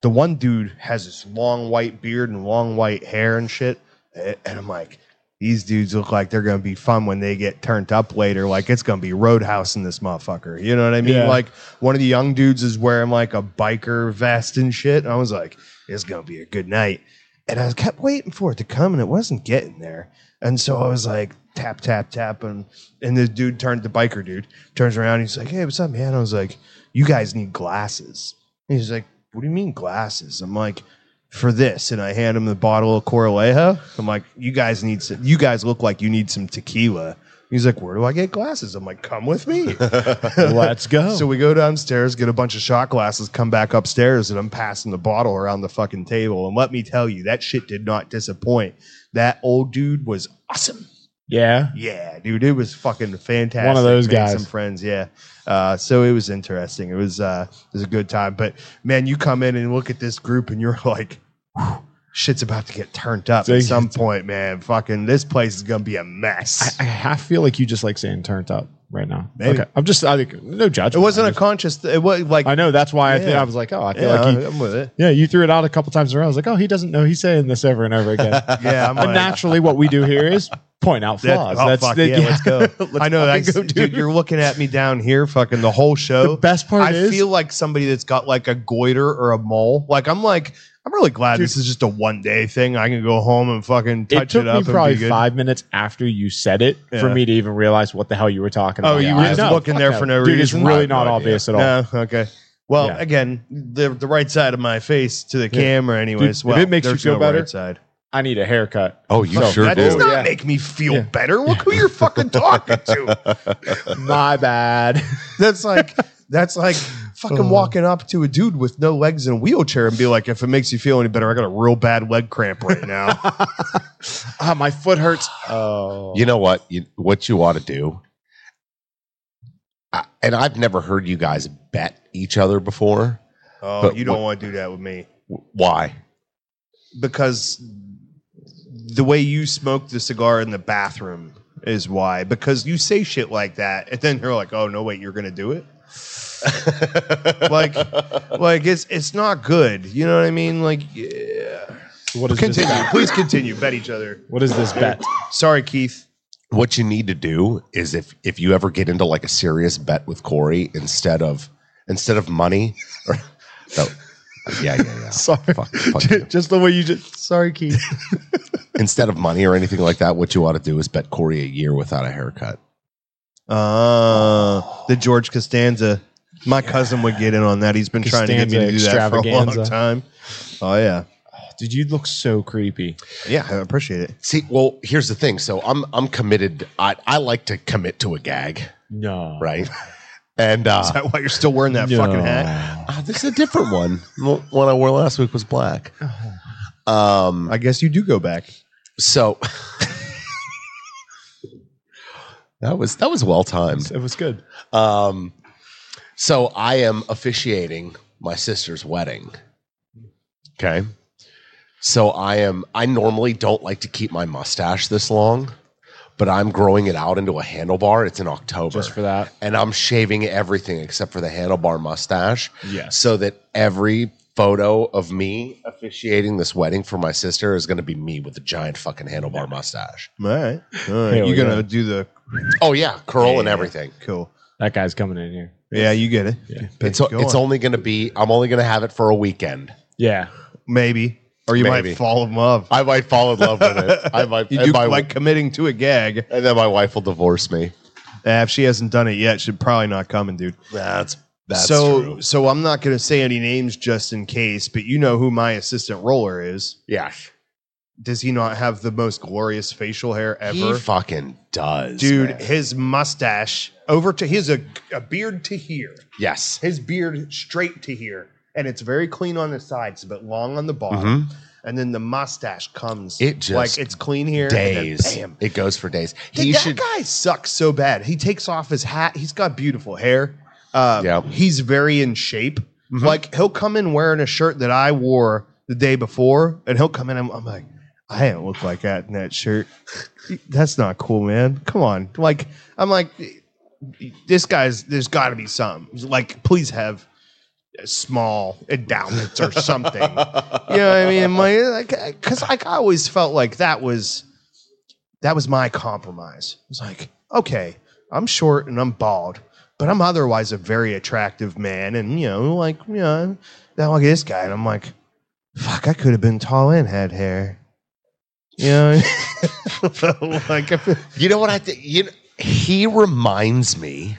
S1: the one dude has this long white beard and long white hair and shit A- and i'm like these dudes look like they're gonna be fun when they get turned up later like it's gonna be roadhouse in this motherfucker you know what i mean
S2: Yeah.
S1: like one of the young dudes is wearing like a biker vest and shit and i was like it's gonna be a good night and i kept waiting for it to come and it wasn't getting there and so i was like tap tap tap and and the dude turned the biker dude turns around he's like hey what's up man i was like you guys need glasses. And he's like, what do you mean glasses? I'm like, for this. And I hand him the bottle of Coralejo. I'm like, you guys need some, you guys look like you need some tequila. He's like, where do I get glasses? I'm like, come with me.
S2: Let's go.
S1: so we go downstairs, get a bunch of shot glasses, come back upstairs, and I'm passing the bottle around the fucking table. And let me tell you, that shit did not disappoint. That old dude was awesome.
S2: yeah.
S1: Yeah, dude, it was fucking fantastic.
S2: One of those
S1: Made
S2: guys.
S1: some friends. Yeah, uh, so it was interesting. It was uh, it was a good time. But man, you come in and look at this group, and you're like, "Whew, shit's about to get turned up at
S2: Dude.
S1: some point, man. Fucking this place is gonna be a mess.
S2: I, I half feel like you just like saying turned up right now.
S1: Maybe.
S2: Okay. I'm just I think no judgment.
S1: it wasn't
S2: I
S1: a
S2: just-
S1: conscious. It was like
S2: I know that's why I think
S1: Yeah.
S2: I was like, oh, I feel
S1: yeah,
S2: like you.
S1: I'm with it.
S2: Yeah, you threw it out a couple times in a row. I was like, oh, he doesn't know he's saying this over and over again.
S1: Yeah, I'm
S2: But
S1: like,
S2: naturally, what we do here is point out
S1: that-
S2: flaws.
S1: oh,
S2: That's
S1: fuck,
S2: the,
S1: yeah, let's go. I know
S2: fucking
S1: that's
S2: go,
S1: dude. You're looking at me down here, fucking the whole show.
S2: The best part
S1: I
S2: is-
S1: feel like somebody that's got like a goiter or a mole. Like I'm like I'm really glad this is just a one day thing. I can go home and fucking touch it,
S2: it took
S1: up
S2: me
S1: and be
S2: probably
S1: good.
S2: five minutes after you said it for
S1: Yeah.
S2: me to even realize what the hell you were talking about.
S1: Oh, you were
S2: I
S1: just
S2: know.
S1: looking there for no
S2: Dude,
S1: reason.
S2: it's
S1: I
S2: really
S1: have no
S2: not
S1: idea.
S2: obvious at all.
S1: No, okay. Well,
S2: Yeah.
S1: again, the the right side of my face to the camera, anyways.
S2: if
S1: well,
S2: it makes you
S1: there's
S2: feel
S1: no
S2: better,
S1: right side.
S2: I need a haircut.
S3: Oh, you
S2: So,
S3: sure
S1: that
S3: do.
S1: does not
S2: Yeah.
S1: make me feel
S2: Yeah.
S1: better. Look who you're fucking talking to.
S2: My bad.
S1: That's like that's like fucking walking up to a dude with no legs in a wheelchair and be like, if it makes you feel any better, I got a real bad leg cramp right now.
S2: Ah, my foot hurts. Oh,
S3: You know what? You, what you want to do, I, and I've never heard you guys bet each other before.
S1: oh,
S3: But
S1: you don't
S3: what-
S1: want to do that with me
S3: W- Why?
S1: because the way you smoke the cigar in the bathroom is why. Because you say shit like that, and then you're like, oh no, wait, you're gonna do it. like, like it's it's not good. You know what I mean? Like, yeah.
S2: what is this?
S1: continue.
S2: Bet?
S1: Please continue. Bet each other.
S2: What is this bet?
S1: Sorry, Keith.
S3: What you need to do is if if you ever get into like a serious bet with Corey, instead of instead of money, or, no, yeah, yeah, yeah.
S2: Sorry,
S3: Fuck- fuck you.
S2: just the way you just.
S1: Sorry, Keith.
S3: Instead of money or anything like that, what you want to do is bet Corey a year without a haircut.
S1: Uh, the George Costanza. My cousin would get in on that. He's been trying to get me to do that for a long
S2: Costanza,
S1: time. Oh yeah,
S2: Dude, you look so creepy.
S1: yeah. I appreciate it.
S3: See, well, here's the thing. So I'm I'm committed. I I like to commit to a gag,
S2: No,
S3: right? And uh,
S1: Is that why you're still wearing that
S2: No.
S1: fucking hat?
S3: Ah, this is a different one. The one I wore last week was black. Um,
S1: I guess you do go back.
S3: so that was that was well timed.
S2: It was good.
S3: Um, so I am officiating my sister's wedding. Okay. So I am. I normally don't like to keep my mustache this long, but I'm growing it out into a handlebar. It's in October,
S2: Just for that.
S3: and I'm shaving everything except for the handlebar mustache.
S2: Yes.
S3: so that every photo of me officiating this wedding for my sister is going to be me with a giant fucking handlebar mustache.
S1: All right, all right.
S2: Hell
S1: You're gonna
S2: yeah.
S1: do the
S3: Oh yeah, curl and
S1: Yeah.
S3: everything.
S1: cool.
S2: That guy's coming in here.
S1: Yeah, you get it.
S2: Yeah.
S3: It's it's only going to be I'm only going to have it for a weekend.
S2: Yeah.
S1: maybe, or you
S3: Maybe.
S1: might fall in love.
S3: I might fall in love with it. I might
S1: You
S3: and,
S1: do
S3: my,
S1: like committing to a gag.
S3: and then my wife will divorce me.
S1: Uh, if she hasn't done it yet, she's probably not coming, dude.
S3: That's
S1: so, so I'm not gonna say any names just in case, but you know who my assistant roller is.
S3: Yeah.
S1: Does he not have the most glorious facial hair
S3: He
S1: ever?
S3: fucking does.
S1: Dude,
S3: man.
S1: his mustache over to his a, a beard to here.
S3: Yes.
S1: His beard straight to here. And it's very clean on the sides, but long on the bottom.
S3: Mhm.
S1: And then the mustache comes.
S3: It just
S1: like it's clean here. and then
S3: Days.
S1: bam.
S3: It goes for days.
S1: Dude,
S3: He
S1: that
S3: should
S1: guy sucks so bad. He takes off his hat. He's got beautiful hair. Uh,
S3: Yeah.
S1: He's very in shape.
S3: Mm-hmm.
S1: Like he'll come in wearing a shirt that I wore the day before, and he'll come in. And I'm like, I don't look like that in that shirt. That's not cool, man. Come on. Like I'm like, this guy's. There's got to be something. Like please have small endowments or something. you know what I mean? My, like, uh, cause like I always felt like that was that was my compromise. It was like, okay, I'm short and I'm bald, but I'm otherwise a very attractive man, and you know, like, you know, not like this guy. And I'm like, fuck, I could have been tall and had hair. You know, like I feel-
S3: You know what I think? You know, he reminds me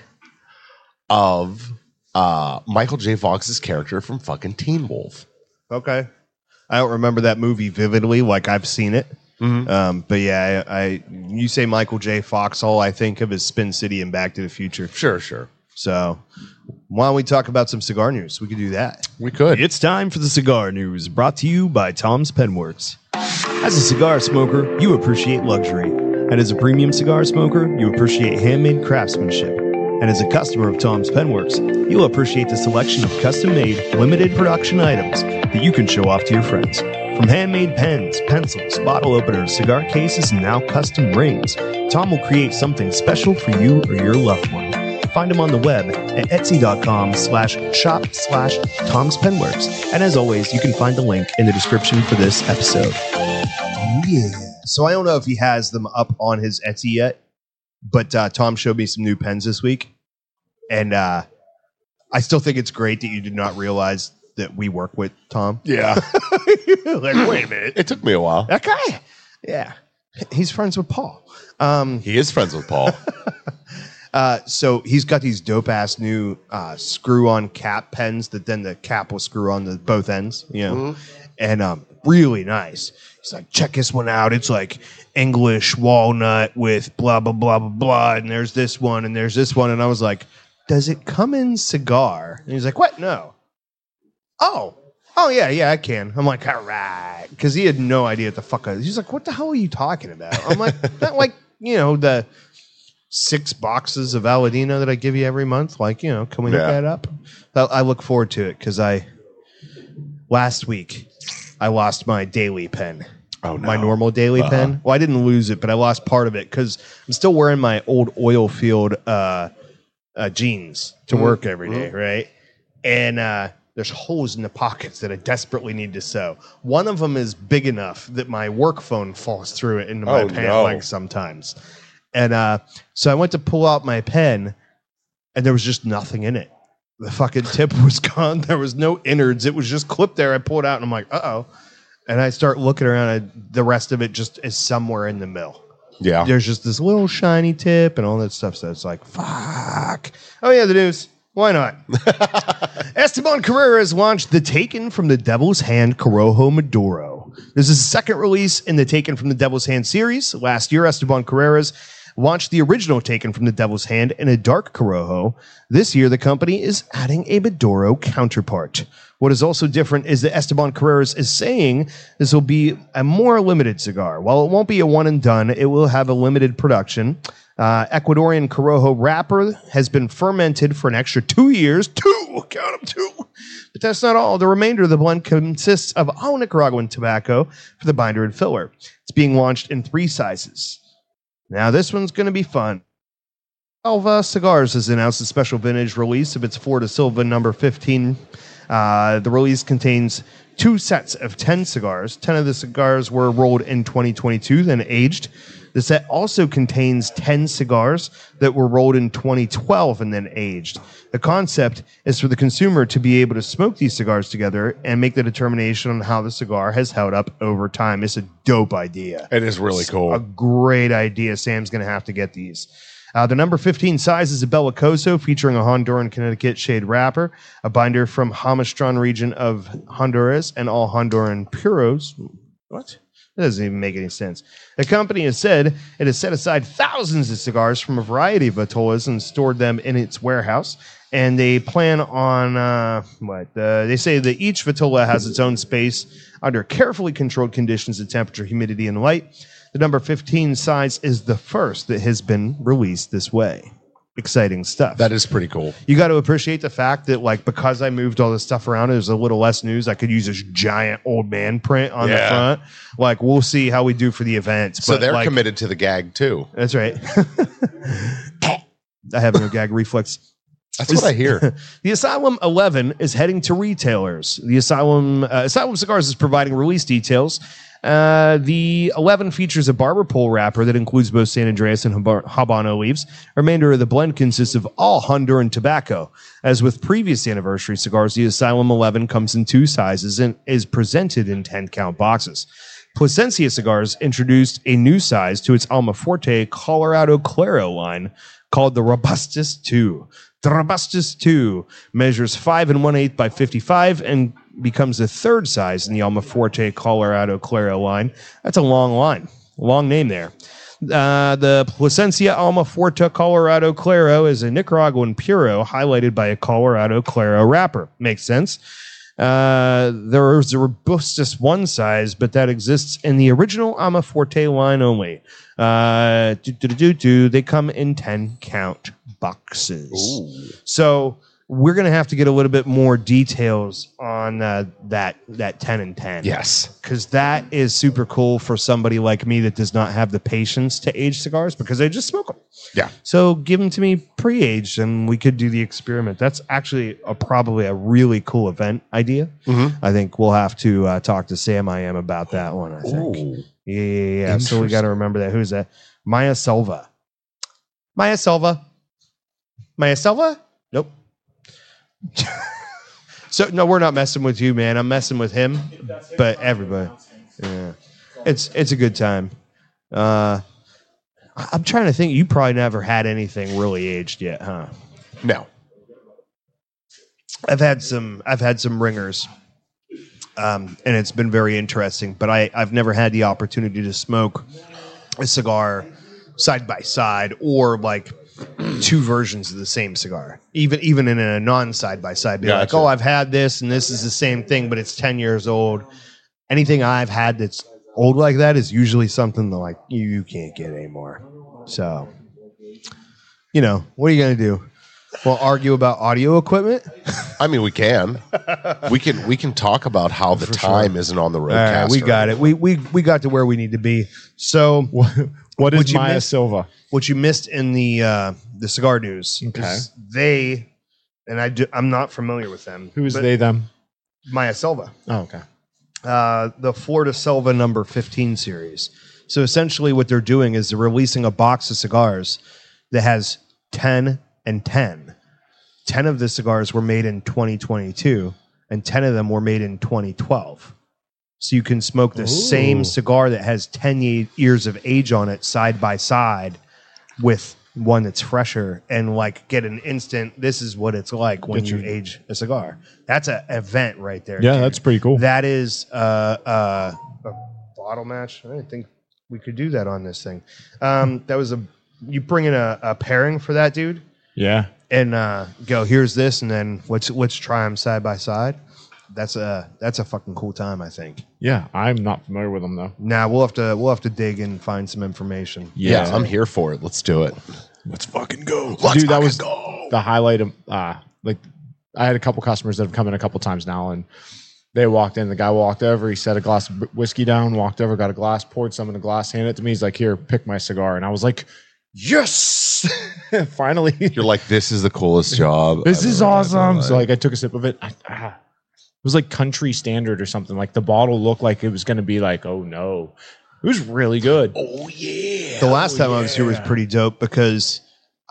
S3: of uh, Michael J. Fox's character from fucking Teen Wolf.
S1: okay. I don't remember that movie vividly, like I've seen it.
S3: Mm-hmm.
S1: Um, but yeah, I, I you say Michael J. Fox, all I think of is Spin City and Back to the Future.
S3: Sure, sure.
S1: So why don't we talk about some cigar news? We could do that.
S3: We could.
S1: It's time for the cigar news brought to you by Tom's Penworks. As a cigar smoker, you appreciate luxury. And as a premium cigar smoker, you appreciate handmade craftsmanship. And as a customer of Tom's Penworks, you'll appreciate the selection of custom made, limited production items that you can show off to your friends. From handmade pens, pencils, bottle openers, cigar cases, and now custom rings, Tom will create something special for you or your loved one. Find him on the web at etsy.com slash shop slash Tom's Penworks. And as always, you can find the link in the description for this episode. Yeah. So I don't know if he has them up on his Etsy yet, but uh, Tom showed me some new pens this week. And uh, I still think it's great that you did not realize
S6: that we work with, Tom.
S3: Yeah. Hmm.
S6: like, wait a minute,
S3: it took me a while.
S6: that guy. Yeah, he's friends with Paul. Um,
S3: He is friends with Paul.
S6: Uh, so he's got these dope ass new uh, screw on cap pens that then the cap will screw on the both ends, you know, and um, really nice. He's like, check this one out. It's like English walnut with blah blah blah blah blah, and there's this one and there's this one, and I was like, does it come in cigar? And he's like, what? No. Oh. Oh yeah, yeah, I can. I'm like, all right, because he had no idea what the fuck. I, he's like, what the hell are you talking about? I'm like, not like you know the six boxes of Aladino that I give you every month. Like, you know, can we
S3: Yeah.
S6: hook that up? But I look forward to it because I last week I lost my daily pen.
S3: Oh,
S6: My
S3: no.
S6: normal daily pen. Well, I didn't lose it, but I lost part of it because I'm still wearing my old oil field uh, uh, jeans to
S3: Mm-hmm.
S6: work every day, right? And uh, there's holes in the pockets that I desperately need to sew. One of them is big enough that my work phone falls through it into my
S3: Oh,
S6: pant
S3: no.
S6: leg sometimes. And uh, so I went to pull out my pen, and there was just nothing in it. The fucking tip was gone. There was no innards. It was just clipped there. I pulled it out, and I'm like, uh oh. And I start looking around, and the rest of it just is somewhere in the mill
S3: yeah.
S6: there's just this little shiny tip and all that stuff. So it's like, fuck. Oh, yeah, the news. Why not? Esteban Carrera has launched the Taken from the Devil's Hand Corojo Maduro. This is the second release in the Taken from the Devil's Hand series. Last year, Esteban Carreras launched the original Taken from the Devil's Hand in a dark Corojo. This year, the company is adding a Maduro counterpart. What is also different is that Esteban Carreras is saying this will be a more limited cigar. While it won't be a one and done, it will have a limited production. Uh, Ecuadorian Corojo wrapper has been fermented for an extra two years. Two, count them two. But that's not all. The remainder of the blend consists of all Nicaraguan tobacco for the binder and filler. It's being launched in three sizes. Now, this one's going to be fun. Alva Cigars has announced a special vintage release of its Ford de Silva number 15. Uh, the release contains two sets of 10 cigars. 10 of the cigars were rolled in 2022, then aged. The set also contains 10 cigars that were rolled in 2012 and then aged. The concept is for the consumer to be able to smoke these cigars together and make the determination on how the cigar has held up over time. It's a dope idea
S3: It is really
S6: a
S3: cool.
S6: great idea. Sam's going to have to get these. Uh, the number 15 size is a Belicoso featuring a Honduran Connecticut shade wrapper, a binder from Hamastron region of Honduras, and all Honduran puros. What? That doesn't even make any sense. The company has said it has set aside thousands of cigars from a variety of atolls and stored them in its warehouse. And they plan on uh, what? Uh, they say that each vitola has its own space under carefully controlled conditions of temperature, humidity, and light. The number 15 size is the first that has been released this way. Exciting stuff
S3: That is pretty cool.
S6: you got to appreciate the fact that like because I moved all this stuff around, there's a little less news. I could use this giant old man print on the
S3: Yeah.
S6: front. Like we'll see how we do for the event.
S3: So
S6: but,
S3: they're
S6: like,
S3: committed to the gag too.
S6: That's right. I have no gag reflex.
S3: That's what I hear.
S6: The Asylum 11 is heading to retailers. The Asylum uh, Asylum Cigars is providing release details. Uh, the 11 features a barber pole wrapper that includes both San Andreas and Habar- Habano leaves. Remainder of the blend consists of all Honduran tobacco. As with previous anniversary cigars, the Asylum 11 comes in two sizes and is presented in 10 count boxes. Placencia Cigars introduced a new size to its Almaforte Colorado Claro line called the Robustus 2. The Robustus 2 measures 5 and 1 8 by 55 and becomes the third size in the Almaforte Colorado Claro line. That's a long line, long name there. Uh, the Placencia Almaforte Colorado Claro is a Nicaraguan Puro highlighted by a Colorado Claro wrapper. Makes sense. Uh, there is a Robustus one size, but that exists in the original Amaforte line only. Uh, do, do, do, do, they come in 10 count boxes. So we're going to have to get a little bit more details on uh, that, that 10 and 10.
S3: yes.
S6: Because that is super cool for somebody like me that does not have the patience to age cigars because I just smoke them.
S3: Yeah.
S6: So give them to me pre-aged, and we could do the experiment. That's actually a, probably a really cool event idea.
S3: Mhm.
S6: I think we'll have to uh, talk to Sam. I am about that one. I think.
S3: Ooh.
S6: Yeah, yeah, yeah. So we got to remember that. Who's that? Maya Selva. Maya Selva. Maya Selva. Nope. So no, we're not messing with you, man. I'm messing with him, but everybody. Yeah, it's it's a good time. Uh, I- I'm trying to think. You probably never had anything really aged yet, huh?
S3: No.
S6: I've had some. I've had some ringers, um, and it's been very interesting. But I, I've never had the opportunity to smoke a cigar side by side or like two versions of the same cigar. Even even in a non side by side, be like,
S3: Gotcha.
S6: oh, I've had this and this is the same thing, but it's ten years old. Anything I've had that's old like that is usually something that like you, you can't get anymore. So, you know, what are you gonna do? We'll argue about audio equipment.
S3: I mean, we can. we can we can talk about how the time isn't on the roadcaster.
S6: All right, Uh, we got it. We we we got to where we need to be. So
S2: What
S6: Would
S2: is
S6: you
S2: Maya
S6: miss-
S2: Silva?
S6: what you missed in the uh, the cigar news
S2: Okay.
S6: is they and I do, I'm not familiar with them.
S2: Who is
S6: but
S2: they? Them?
S6: Maya Silva,
S2: Oh, okay.
S6: uh, the Florida Silva number 15 series. So essentially, what they're doing is they're releasing a box of cigars that has 10 and 10. 10 of the cigars were made in 2022, and 10 of them were made in 2012. So you can smoke the same
S2: Ooh.
S6: cigar that has 10 ye- years of age on it side by side with one that's fresher and like get an instant this is what it's like when
S2: Get
S6: you
S2: your-
S6: age a cigar that's an event right there
S2: Yeah,
S6: dude.
S2: that's pretty cool.
S6: That is uh, uh, a bottle match. I didn't think we could do that on this thing. Um, that was a you bring in a, a pairing for that dude
S2: yeah.
S6: and uh, go here's this and then let's let's try them side by side. That's a that's a fucking cool time I think.
S2: Yeah, I'm not familiar with them though.
S6: Now we'll have to we'll have to dig and find some information.
S3: Yeah, I'm here for it. Let's do it.
S2: Let's fucking go. Dude, that was the highlight of uh like I had a couple customers that have come in a couple times now and they walked in, the guy walked over, he set a glass of whiskey down, walked over, got a glass, poured some in the glass, handed it to me. He's like, "Here, pick my cigar." And I was like, "Yes!" Finally.
S3: You're like, this is the coolest job.
S2: this
S3: I've
S2: is
S3: ever had in my
S2: awesome.
S3: life.
S2: So like I took a sip of it. I, ah, it was like country standard or something. Like the bottle looked like it was going to be like, "Oh no." It was really good.
S3: oh yeah.
S6: The last time I was here was pretty dope because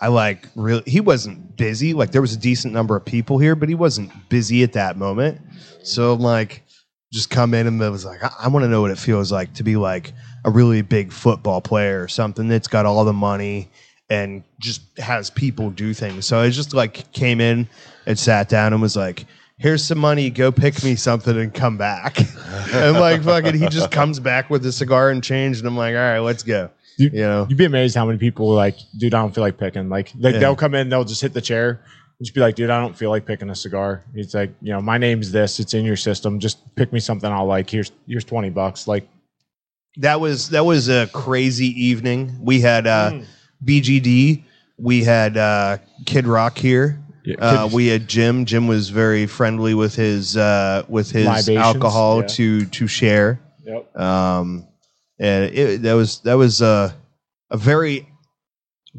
S6: I like really he wasn't busy. Like there was a decent number of people here, but he wasn't busy at that moment. So I'm like just come in and it was like I, I want to know what it feels like to be like a really big football player or something that's got all the money and just has people do things. So I just like came in and sat down and was like Here's some money. Go pick me something and come back. and like fucking, he just comes back with a cigar and change. And I'm like, all right, let's go.
S2: You-
S6: you know,
S2: You'd be amazed how many people are like, dude, I don't feel like picking. Like, like
S6: Yeah.
S2: they'll come in, they'll just hit the chair, and just be like, dude, I don't feel like picking a cigar. It's like, you know, my name's this. It's in your system. Just pick me something I'll like. Here's here's twenty bucks. Like,
S6: that was that was a crazy evening. We had uh,
S2: Hmm. mm.
S6: BGD, we had uh, Kid Rock here.
S2: Yeah,
S6: Uh,
S2: Kid-
S6: we had Jim. Jim was very friendly with his uh, with his
S2: Libations,
S6: alcohol
S2: yeah.
S6: to to share.
S2: yep.
S6: Um, and it, that was that was a a very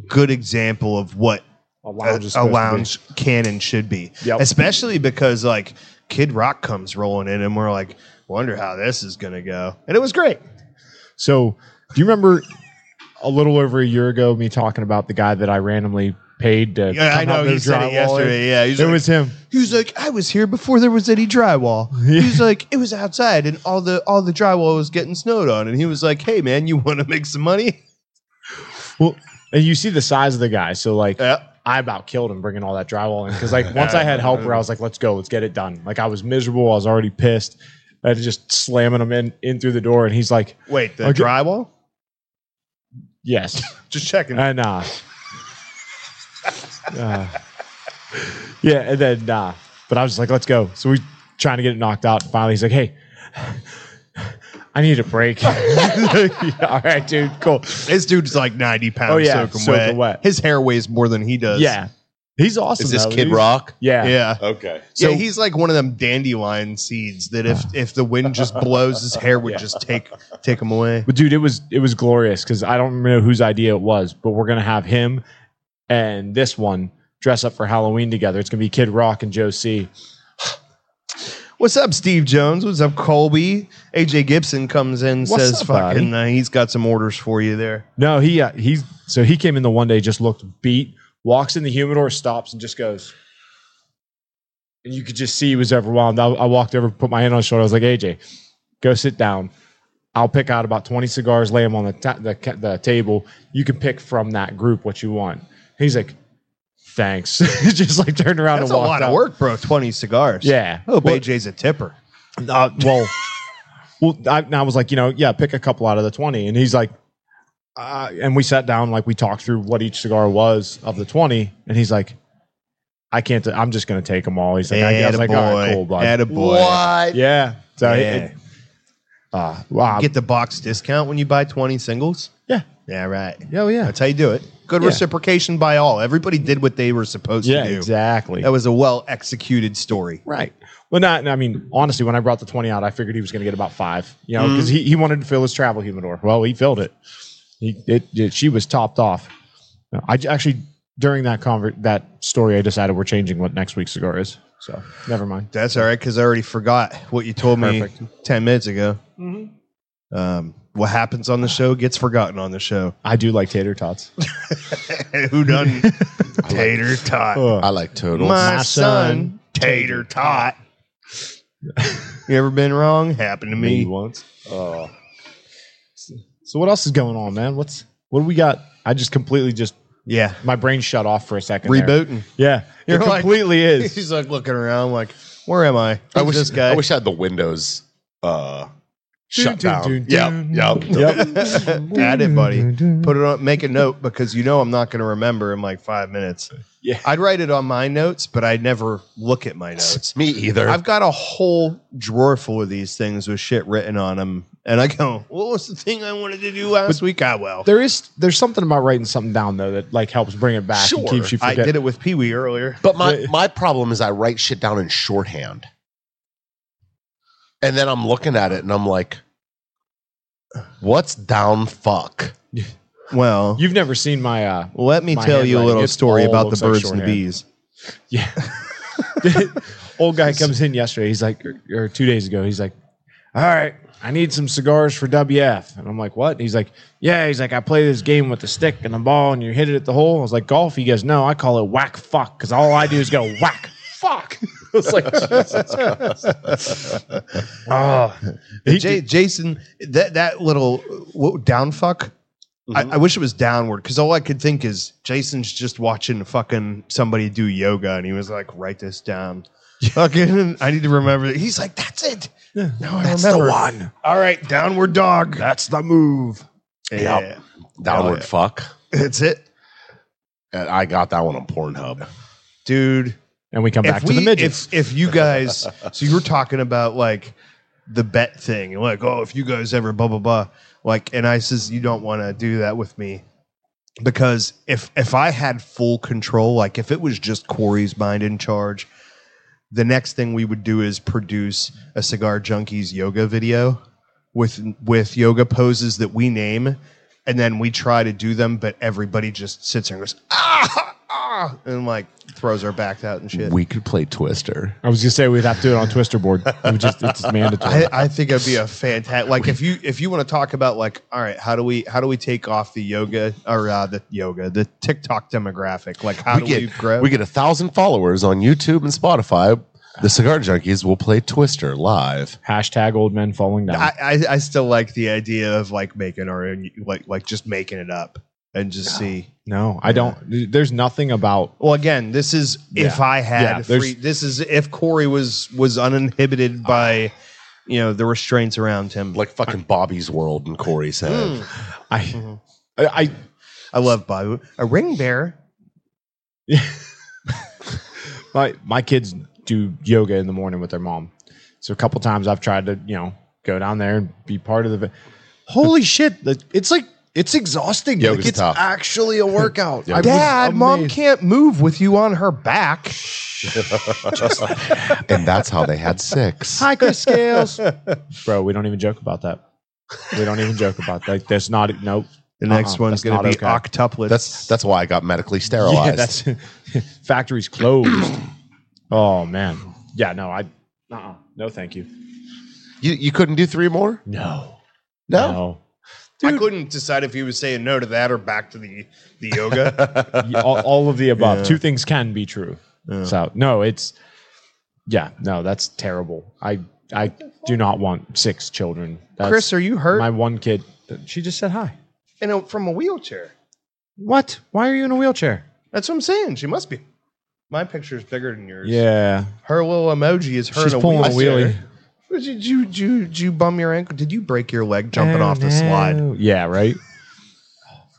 S6: good example of what
S2: a
S6: a,
S2: lounge. is
S6: a
S2: supposed to be.
S6: lounge can and should be.
S2: Yep.
S6: Especially because like Kid Rock comes rolling in, and we're like, wonder how this is gonna go. And it was great.
S2: So, do you remember a little over a year ago me talking about the guy that I randomly paid to?
S6: Yeah, I
S2: come out
S6: know.
S2: there
S6: He said it
S2: drywall in?
S6: yesterday. Yeah, he's
S2: It
S6: like,
S2: was him.
S6: he was like, I was here before there was any drywall. He was like, it was outside, and all the all the drywall was getting snowed on. And he was like, Hey, man, you want to make some money?
S2: Well, and you see the size of the guy. So like,
S6: Yeah.
S2: I about killed him bringing all that drywall in because like once I had helper, I was like, let's go, let's get it done. Like I was miserable, I was already pissed. I had to just slamming him in in through the door, and he's like,
S6: Wait, the
S2: Okay.
S6: drywall?
S2: yes,
S6: Just checking.
S2: and uh, uh, yeah, and then uh, but I was just like, let's go. So we trying to get it knocked out. Finally, he's like, hey. I need a break. Yeah, all right, dude. Cool.
S6: His dude's like ninety pounds.
S2: Oh, yeah,
S6: soaking
S2: soaking
S6: wet.
S2: wet.
S6: His hair weighs more than he does.
S2: Yeah, he's awesome.
S3: Is this
S2: though.
S3: Kid
S2: He's-
S3: Rock?
S2: Yeah,
S6: yeah.
S3: Okay.
S6: So
S2: So-
S6: he's like one of them dandelion seeds that if if the wind just blows, his hair would just take take him away.
S2: But dude, it was it was glorious because I don't know whose idea it was, but we're gonna have him and this one dress up for Halloween together. It's gonna be Kid Rock and Joe C.
S6: What's up, Steve Jones? What's up, Colby? AJ Gibson comes in, says,
S2: up, buddy?
S6: "Fucking, uh, he's got some orders for you there."
S2: No, he uh, he's so he came in the one day just looked beat, walks in the humidor, stops and just goes. and you could just see he was overwhelmed. I, I walked over, put my hand on his shoulder. I was like, AJ, go sit down. I'll pick out about 20 cigars, lay them on the, ta- the, ca- the table. You can pick from that group what you want. He's like, thanks. just like turned around
S6: That's a
S2: and walked
S6: lot
S2: out.
S6: of work, bro. Twenty cigars.
S2: Yeah.
S6: Hope
S2: Well-
S6: AJ's a tipper.
S2: Uh, well, well, I, and I was like, you know, yeah, pick a couple out of the twenty, and he's like, uh, and we sat down, like we talked through what each cigar was of the twenty, and he's like, I can't, t- I'm just gonna take them all. He's like, I guess, like, all right, cool, bud.
S6: Attaboy.
S3: What?
S2: yeah. So,
S6: Yeah.
S2: it- it- uh, wow,
S6: Get the box discount when you buy twenty singles.
S2: Yeah.
S6: Yeah. Right.
S2: yeah, yeah,
S6: That's how you do it. Good
S2: Yeah.
S6: reciprocation by all. Everybody did what they were supposed
S2: yeah,
S6: to do.
S2: exactly.
S6: That was a well executed story.
S2: Right. Well, not. I mean, honestly, when I brought the twenty out, I figured he was going to get about five. You know, because he, he wanted to fill his travel humidor. Well, he filled it. He it, it she was topped off. No, I j- actually during that convert that story, I decided we're changing what next week's cigar is. So never mind.
S6: That's all right because I already forgot what you told me ten minutes ago.
S2: Mm-hmm.
S6: Um, what happens on the show gets forgotten on the show.
S2: I do like tater tots.
S6: Who done tater tot?
S3: I like totals.
S6: My,
S2: My
S6: son,
S2: son,
S6: tater tot. you ever been wrong? Happened to me.
S2: once. Oh. So what else is going on, man? What's what do we got? I just completely just
S6: Yeah,
S2: my brain shut off for a second. there.
S6: rebooting.
S2: Yeah,
S6: You're
S2: it
S6: like-
S2: completely is.
S6: He's like looking around, like, where am I?
S3: I
S6: Who's
S3: wish
S6: this guy.
S3: I wish I had the windows uh, shut down. Yeah, yeah.
S2: Yep.
S6: Add it, buddy. Put it on. Make a note because you know I'm not going to remember in like five minutes.
S2: Yeah.
S6: I'd write it on my notes, but I never look at my notes.
S3: Me either.
S6: I've got a whole drawer full of these things with shit written on them, and I go, "What was the thing I wanted to do last week?" I well,
S2: There is there's something about writing something down though that like helps bring it back and keeps you
S6: I
S2: forget.
S6: did it with Pee Wee earlier.
S3: But my, my problem is I write shit down in shorthand. And then I'm looking at it and I'm like, what's down fuck?
S6: Well,
S2: You've never seen my uh
S6: let me
S2: my
S6: tell you a
S2: handwriting,
S6: little
S2: it's
S6: story
S2: all
S6: about the
S2: looks like
S6: birds and
S2: shorthand.
S6: bees.
S2: yeah. Old guy comes in yesterday. He's like, or, or two days ago. He's like, all right, I need some cigars for WF. And I'm like, what? He's like, yeah. He's like, I play this game with the stick and the ball, and you hit it at the hole. I was like, golf. He goes, no, I call it whack fuck because all I do is go whack fuck. It's like Jesus Christ. Oh, he
S6: J- Jason, that that little what, down fuck.
S2: Mm-hmm.
S6: I, I wish it was downward because all I could think is Jason's just watching fucking somebody do yoga and he was like, write this down. Fucking, I need to remember. That. He's like, that's it. No, I
S2: that's the
S6: remember.
S2: one.
S6: All right, downward dog.
S2: That's the move.
S6: Yeah,
S3: Yep. Downward
S6: Oh, yeah.
S3: fuck.
S6: that's it,
S3: And I got that one on Pornhub.
S6: dude.
S2: And we come back
S6: if we,
S2: to the midgets.
S6: If, if you guys, so you were talking about like the bet thing, and like, oh, if you guys ever blah blah blah, like, and I says you don't want to do that with me because if if I had full control, like if it was just Corey's mind in charge, the next thing we would do is produce a cigar junkies yoga video with with yoga poses that we name. And then we try to do them, but everybody just sits there and goes, ah, ah, and like throws our back out and shit.
S3: We could play Twister.
S2: I was gonna say we'd have to do it on Twister board. It would just it's mandatory.
S6: I, I think it'd be a fantastic. Like if you if you want to talk about like, all right, how do we how do we take off the yoga or uh, the yoga the TikTok demographic? Like how
S3: We
S6: do we
S3: get,
S6: grow?
S3: we get a thousand followers on YouTube and Spotify. The Cigar Junkies will play Twister live.
S2: Hashtag old men falling down.
S6: I, I I still like the idea of like making our own like like just making it up and just
S3: Ah.
S6: see.
S2: no, I don't. There's nothing about.
S6: Well, again, this is if
S2: Yeah.
S6: I had
S2: Yeah, there's-
S6: free. This is if Corey was was uninhibited
S3: Ah.
S6: by you know the restraints around him.
S3: Like fucking Bobby's World and Corey's Head.
S6: Mm.
S2: I, I, I
S6: I love Bobby a ring bear.
S2: my, my kids do yoga in the morning with their mom. So a couple times I've tried to you know go down there and be part of the. Holy shit! the- It's like it's exhausting. Like,
S3: Yoga's
S2: it's
S3: tough.
S2: actually a workout. I was
S6: Dad, mom
S2: amazed.
S6: can't move with you on her back.
S3: and that's how they had six.
S2: Hi, Chris Scales. Bro, we don't even joke about that. We don't even joke about that. Like, there's not. Nope.
S6: The next
S2: Uh-uh,
S6: one's
S2: that's
S6: going
S2: not
S6: to
S2: okay.
S6: be octuplets.
S3: That's that's why I got medically sterilized.
S2: Yeah, that's factories closed. oh man. Yeah, no, I uh-uh. no thank you.
S3: you, you couldn't do three more?
S2: No.
S3: No.
S6: I couldn't decide if he was saying no to that or back to the the yoga.
S2: Y- all, all of the above.
S6: Yeah.
S2: Two things can be true.
S6: Yeah.
S2: So no, it's Yeah, no, that's terrible. I I do not want six children. That's
S6: Chris, are you hurt?
S2: my one kid. She just said hi.
S6: and uh, from a wheelchair.
S2: What? Why are you in a wheelchair?
S6: That's what I'm saying. She must be. My picture's bigger than yours.
S2: Yeah,
S6: Her little emoji is her
S2: she's
S6: in
S2: pulling a
S6: wheelchair.
S2: wheelie.
S6: Did you, did, you, did you bum your ankle? Did you break your leg jumping off the slide?
S2: Oh, Yeah, right.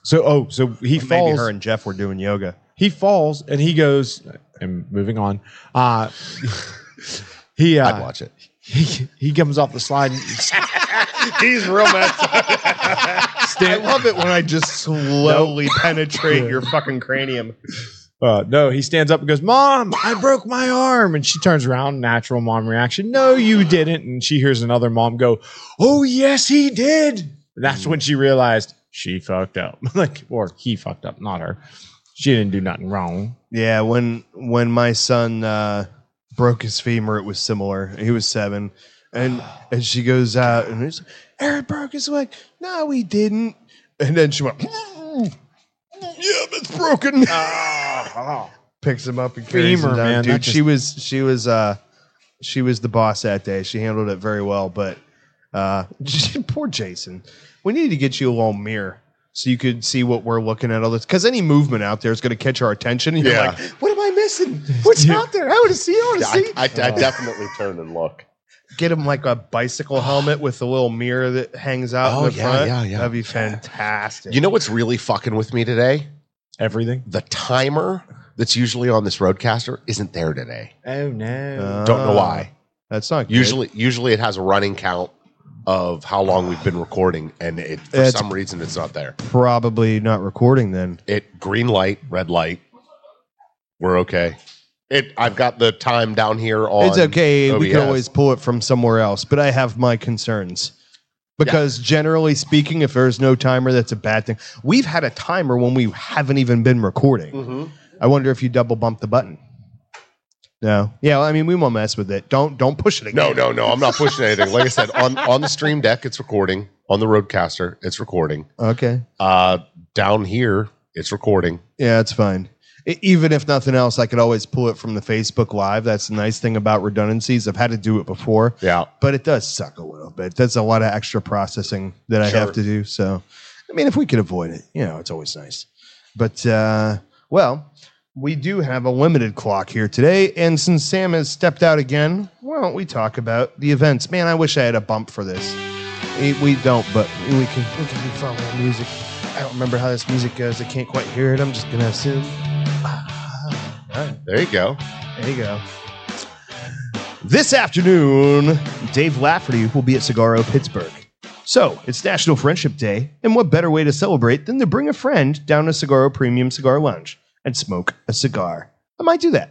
S2: So oh, so he
S6: Maybe
S2: falls.
S6: her and Jeff were doing yoga.
S2: he falls and he goes. And moving on. Uh, he
S3: I'd
S2: uh,
S3: watch it.
S2: he he comes off the slide. And
S6: He's real messed I love it when I just slowly penetrate your fucking cranium.
S2: Uh, no, he stands up and goes, Mom, I broke my arm. And she turns around, natural mom reaction. No, you didn't. And she hears another mom go, Oh, yes, he did. And that's when she realized she fucked up. like, or he fucked up, not her. She didn't do nothing wrong.
S6: Yeah, when when my son uh, broke his femur, it was similar. He was seven, and and she goes out and it's Eric broke his leg. No, he didn't. And then she went, yeah, it's broken. Ah, Picks him up and carries
S2: Femur,
S6: him down.
S2: man, that
S6: Dude,
S2: just-
S6: she was she was uh she was the boss that day. She handled it very well, but uh poor Jason. We need to get you a little mirror so you could see what we're looking at all this because any movement out there is going to catch our attention and you're
S3: Yeah.
S6: like what am i missing what's out there i want to see i want to see
S3: I, I, I definitely turn and look.
S6: get him like a bicycle helmet with a little mirror that hangs out
S3: Oh,
S6: in the
S3: yeah,
S6: front
S3: yeah, yeah.
S6: that'd be fantastic
S3: You know what's really fucking with me today?
S2: Everything.
S3: The timer that's usually on this roadcaster isn't there today.
S2: Oh, no.
S3: Don't know
S6: Ah,
S3: why.
S6: that's not good.
S3: Usually, usually it has a running count of how long we've been recording, and it for
S6: That's-
S3: some reason it's not there.
S6: probably not recording then
S3: It green light, red light. We're okay. It. I've got the time down here on.
S6: it's okay we can
S3: OBS.
S6: always pull it from somewhere else but i have my concerns because generally speaking if there's no timer that's a bad thing we've had a timer when we haven't even been recording
S3: Mhm.
S6: I wonder if you double bump the button. No. Yeah, well, I mean, we won't mess with it. Don't don't push it
S3: No,
S6: again.
S3: no, no. I'm not pushing anything. Like I said, on on the stream deck, it's recording. On the roadcaster, it's recording.
S6: No. Okay.
S3: Uh, down here, it's recording.
S6: Yeah, it's fine. E- even if nothing else, I could always pull it from the Facebook Live. That's the nice thing about redundancies. I've had to do it before,
S3: Yeah.
S6: but it does suck a little bit. That's a lot of extra processing that I have
S3: Sure.
S6: to do. So, I mean, if we could avoid it, you know, it's always nice. But uh, well, we do have a limited clock here today, and since Sam has stepped out again, why don't we talk about the events? Man, I wish I had a bump for this. We, we don't, but we can we can be following music. I don't remember how this music goes. I can't quite hear it. I'm just gonna assume.
S3: There you go.
S6: There you go. This afternoon, Dave Lafferty will be at Cigarro Pittsburgh. So it's National Friendship Day, and what better way to celebrate than to bring a friend down to Cigarro Premium Cigar Lounge and smoke a cigar? I might do that.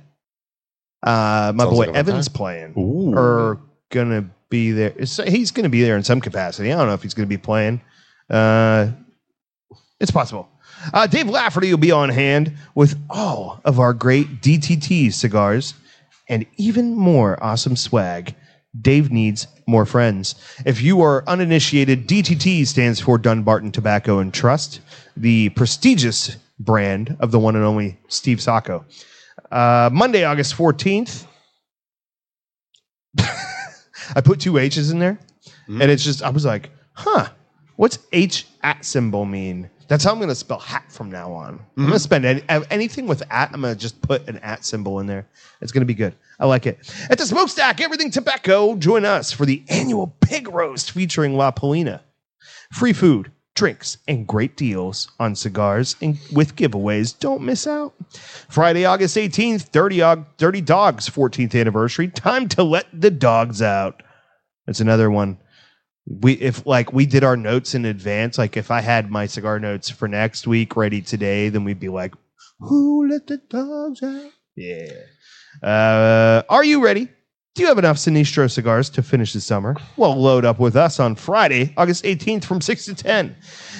S6: Uh, my
S3: Sounds
S6: boy
S3: like a fun
S6: Evan's
S3: time.
S6: playing,
S3: Ooh.
S6: or gonna be there. It's- He's gonna be there in some capacity. I don't know if he's gonna be playing. Uh, it's possible. Uh, Dave Lafferty will be on hand with all of our great DTT cigars and even more awesome swag. Dave needs more friends. If you are uninitiated, DTT stands for Dunbarton Tobacco and Trust, the prestigious brand of the one and only Steve Sacco. Uh, Monday, August 14th. I put two H's in there, and it's just, I was like, huh, what's H at symbol mean? That's how I'm going to spell hat from now on. I'm going to spend any, anything with at, I'm going to just put an at symbol in there. It's going to be good. I like it. At the Smokestack, Everything Tobacco, join us for the annual pig roast featuring La Polina free food, drinks, and great deals on cigars and with giveaways. Don't miss out. Friday, August 18th, 30, Og- 30 Dogs 14th anniversary. Time to let the dogs out. That's another one. We if like we did our notes in advance, like if I had my cigar notes for next week ready today, then we'd be like, "Who let the dogs out?" Yeah. Uh, are you ready? Do you have enough Sinistro cigars to finish the summer? Well, load up with us on Friday, August 18th from 6 to 10.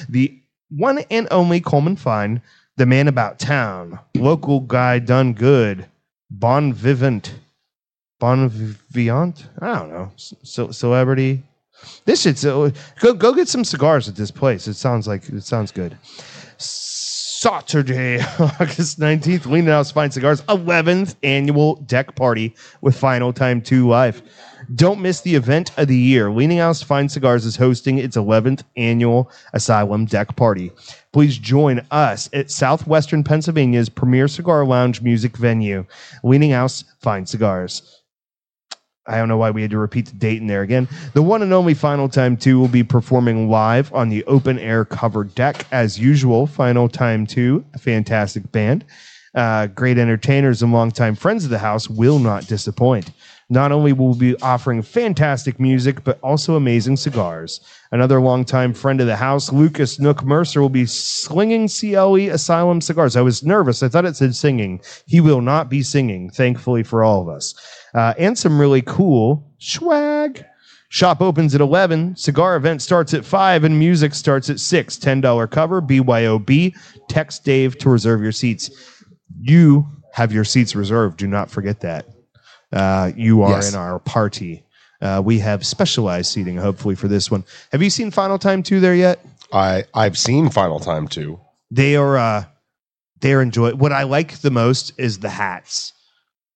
S6: The one and only Coleman Fine, the man about town, local guy done good, bon vivant, bon vivant, I don't know, so, celebrity. This shit's, uh, go, go get some cigars at this place. It sounds like, it sounds good. Saturday, August 19th, Lean House Fine Cigars 11th annual deck party with Final Time 2 Live. Don't miss the event of the year. Leaning House Fine Cigars is hosting its 11th annual Asylum Deck Party. Please join us at Southwestern Pennsylvania's premier cigar lounge music venue, Leaning House Fine Cigars. I don't know why we had to repeat the date in there again. The one and only Final Time 2 will be performing live on the open air covered deck as usual. Final Time 2, a fantastic band. Uh, great entertainers and longtime friends of the house will not disappoint. Not only will we be offering fantastic music, but also amazing cigars. Another longtime friend of the house, Lucas Nook Mercer, will be slinging CLE Asylum cigars. I was nervous. I thought it said singing. He will not be singing, thankfully for all of us. Uh, and some really cool swag. Shop opens at 11. Cigar event starts at 5 and music starts at 6. $10 cover, BYOB. Text Dave to reserve your seats. You have your seats reserved. Do not forget that. Uh, you are
S3: Yes.
S6: in our party. Uh, we have specialized seating, hopefully, for this one. Have you seen Final Time 2 there yet?
S3: I I've seen Final Time too.
S6: they are uh they're enjoy what i like the most is the hats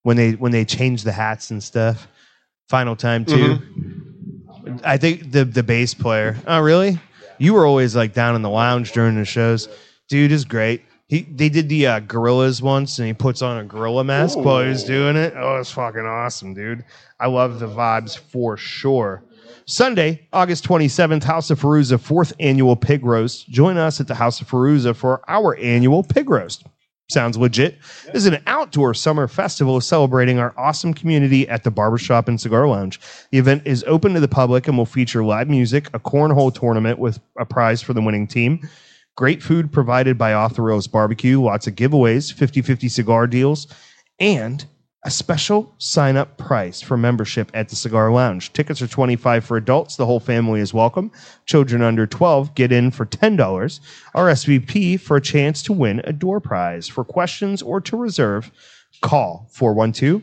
S6: when they when they change the hats and stuff final time too i think the the bass player oh really you were always like down in the lounge during the shows dude is great he they did the uh, gorillas once and he puts on a gorilla mask while he was doing it oh it's fucking awesome dude i love the vibes for sure Sunday, August 27th, House of Ferruza, fourth annual pig roast. Join us at the House of Ferruza for our annual pig roast. Sounds legit. This is an outdoor summer festival celebrating our awesome community at the Barbershop and Cigar Lounge. The event is open to the public and will feature live music, a cornhole tournament with a prize for the winning team, great food provided by Author Rose Barbecue, lots of giveaways, 50 50 cigar deals, and a special sign up price for membership at the Cigar Lounge. Tickets are 25 for adults, the whole family is welcome. Children under 12 get in for $10, RSVP for a chance to win a door prize. For questions or to reserve, call 412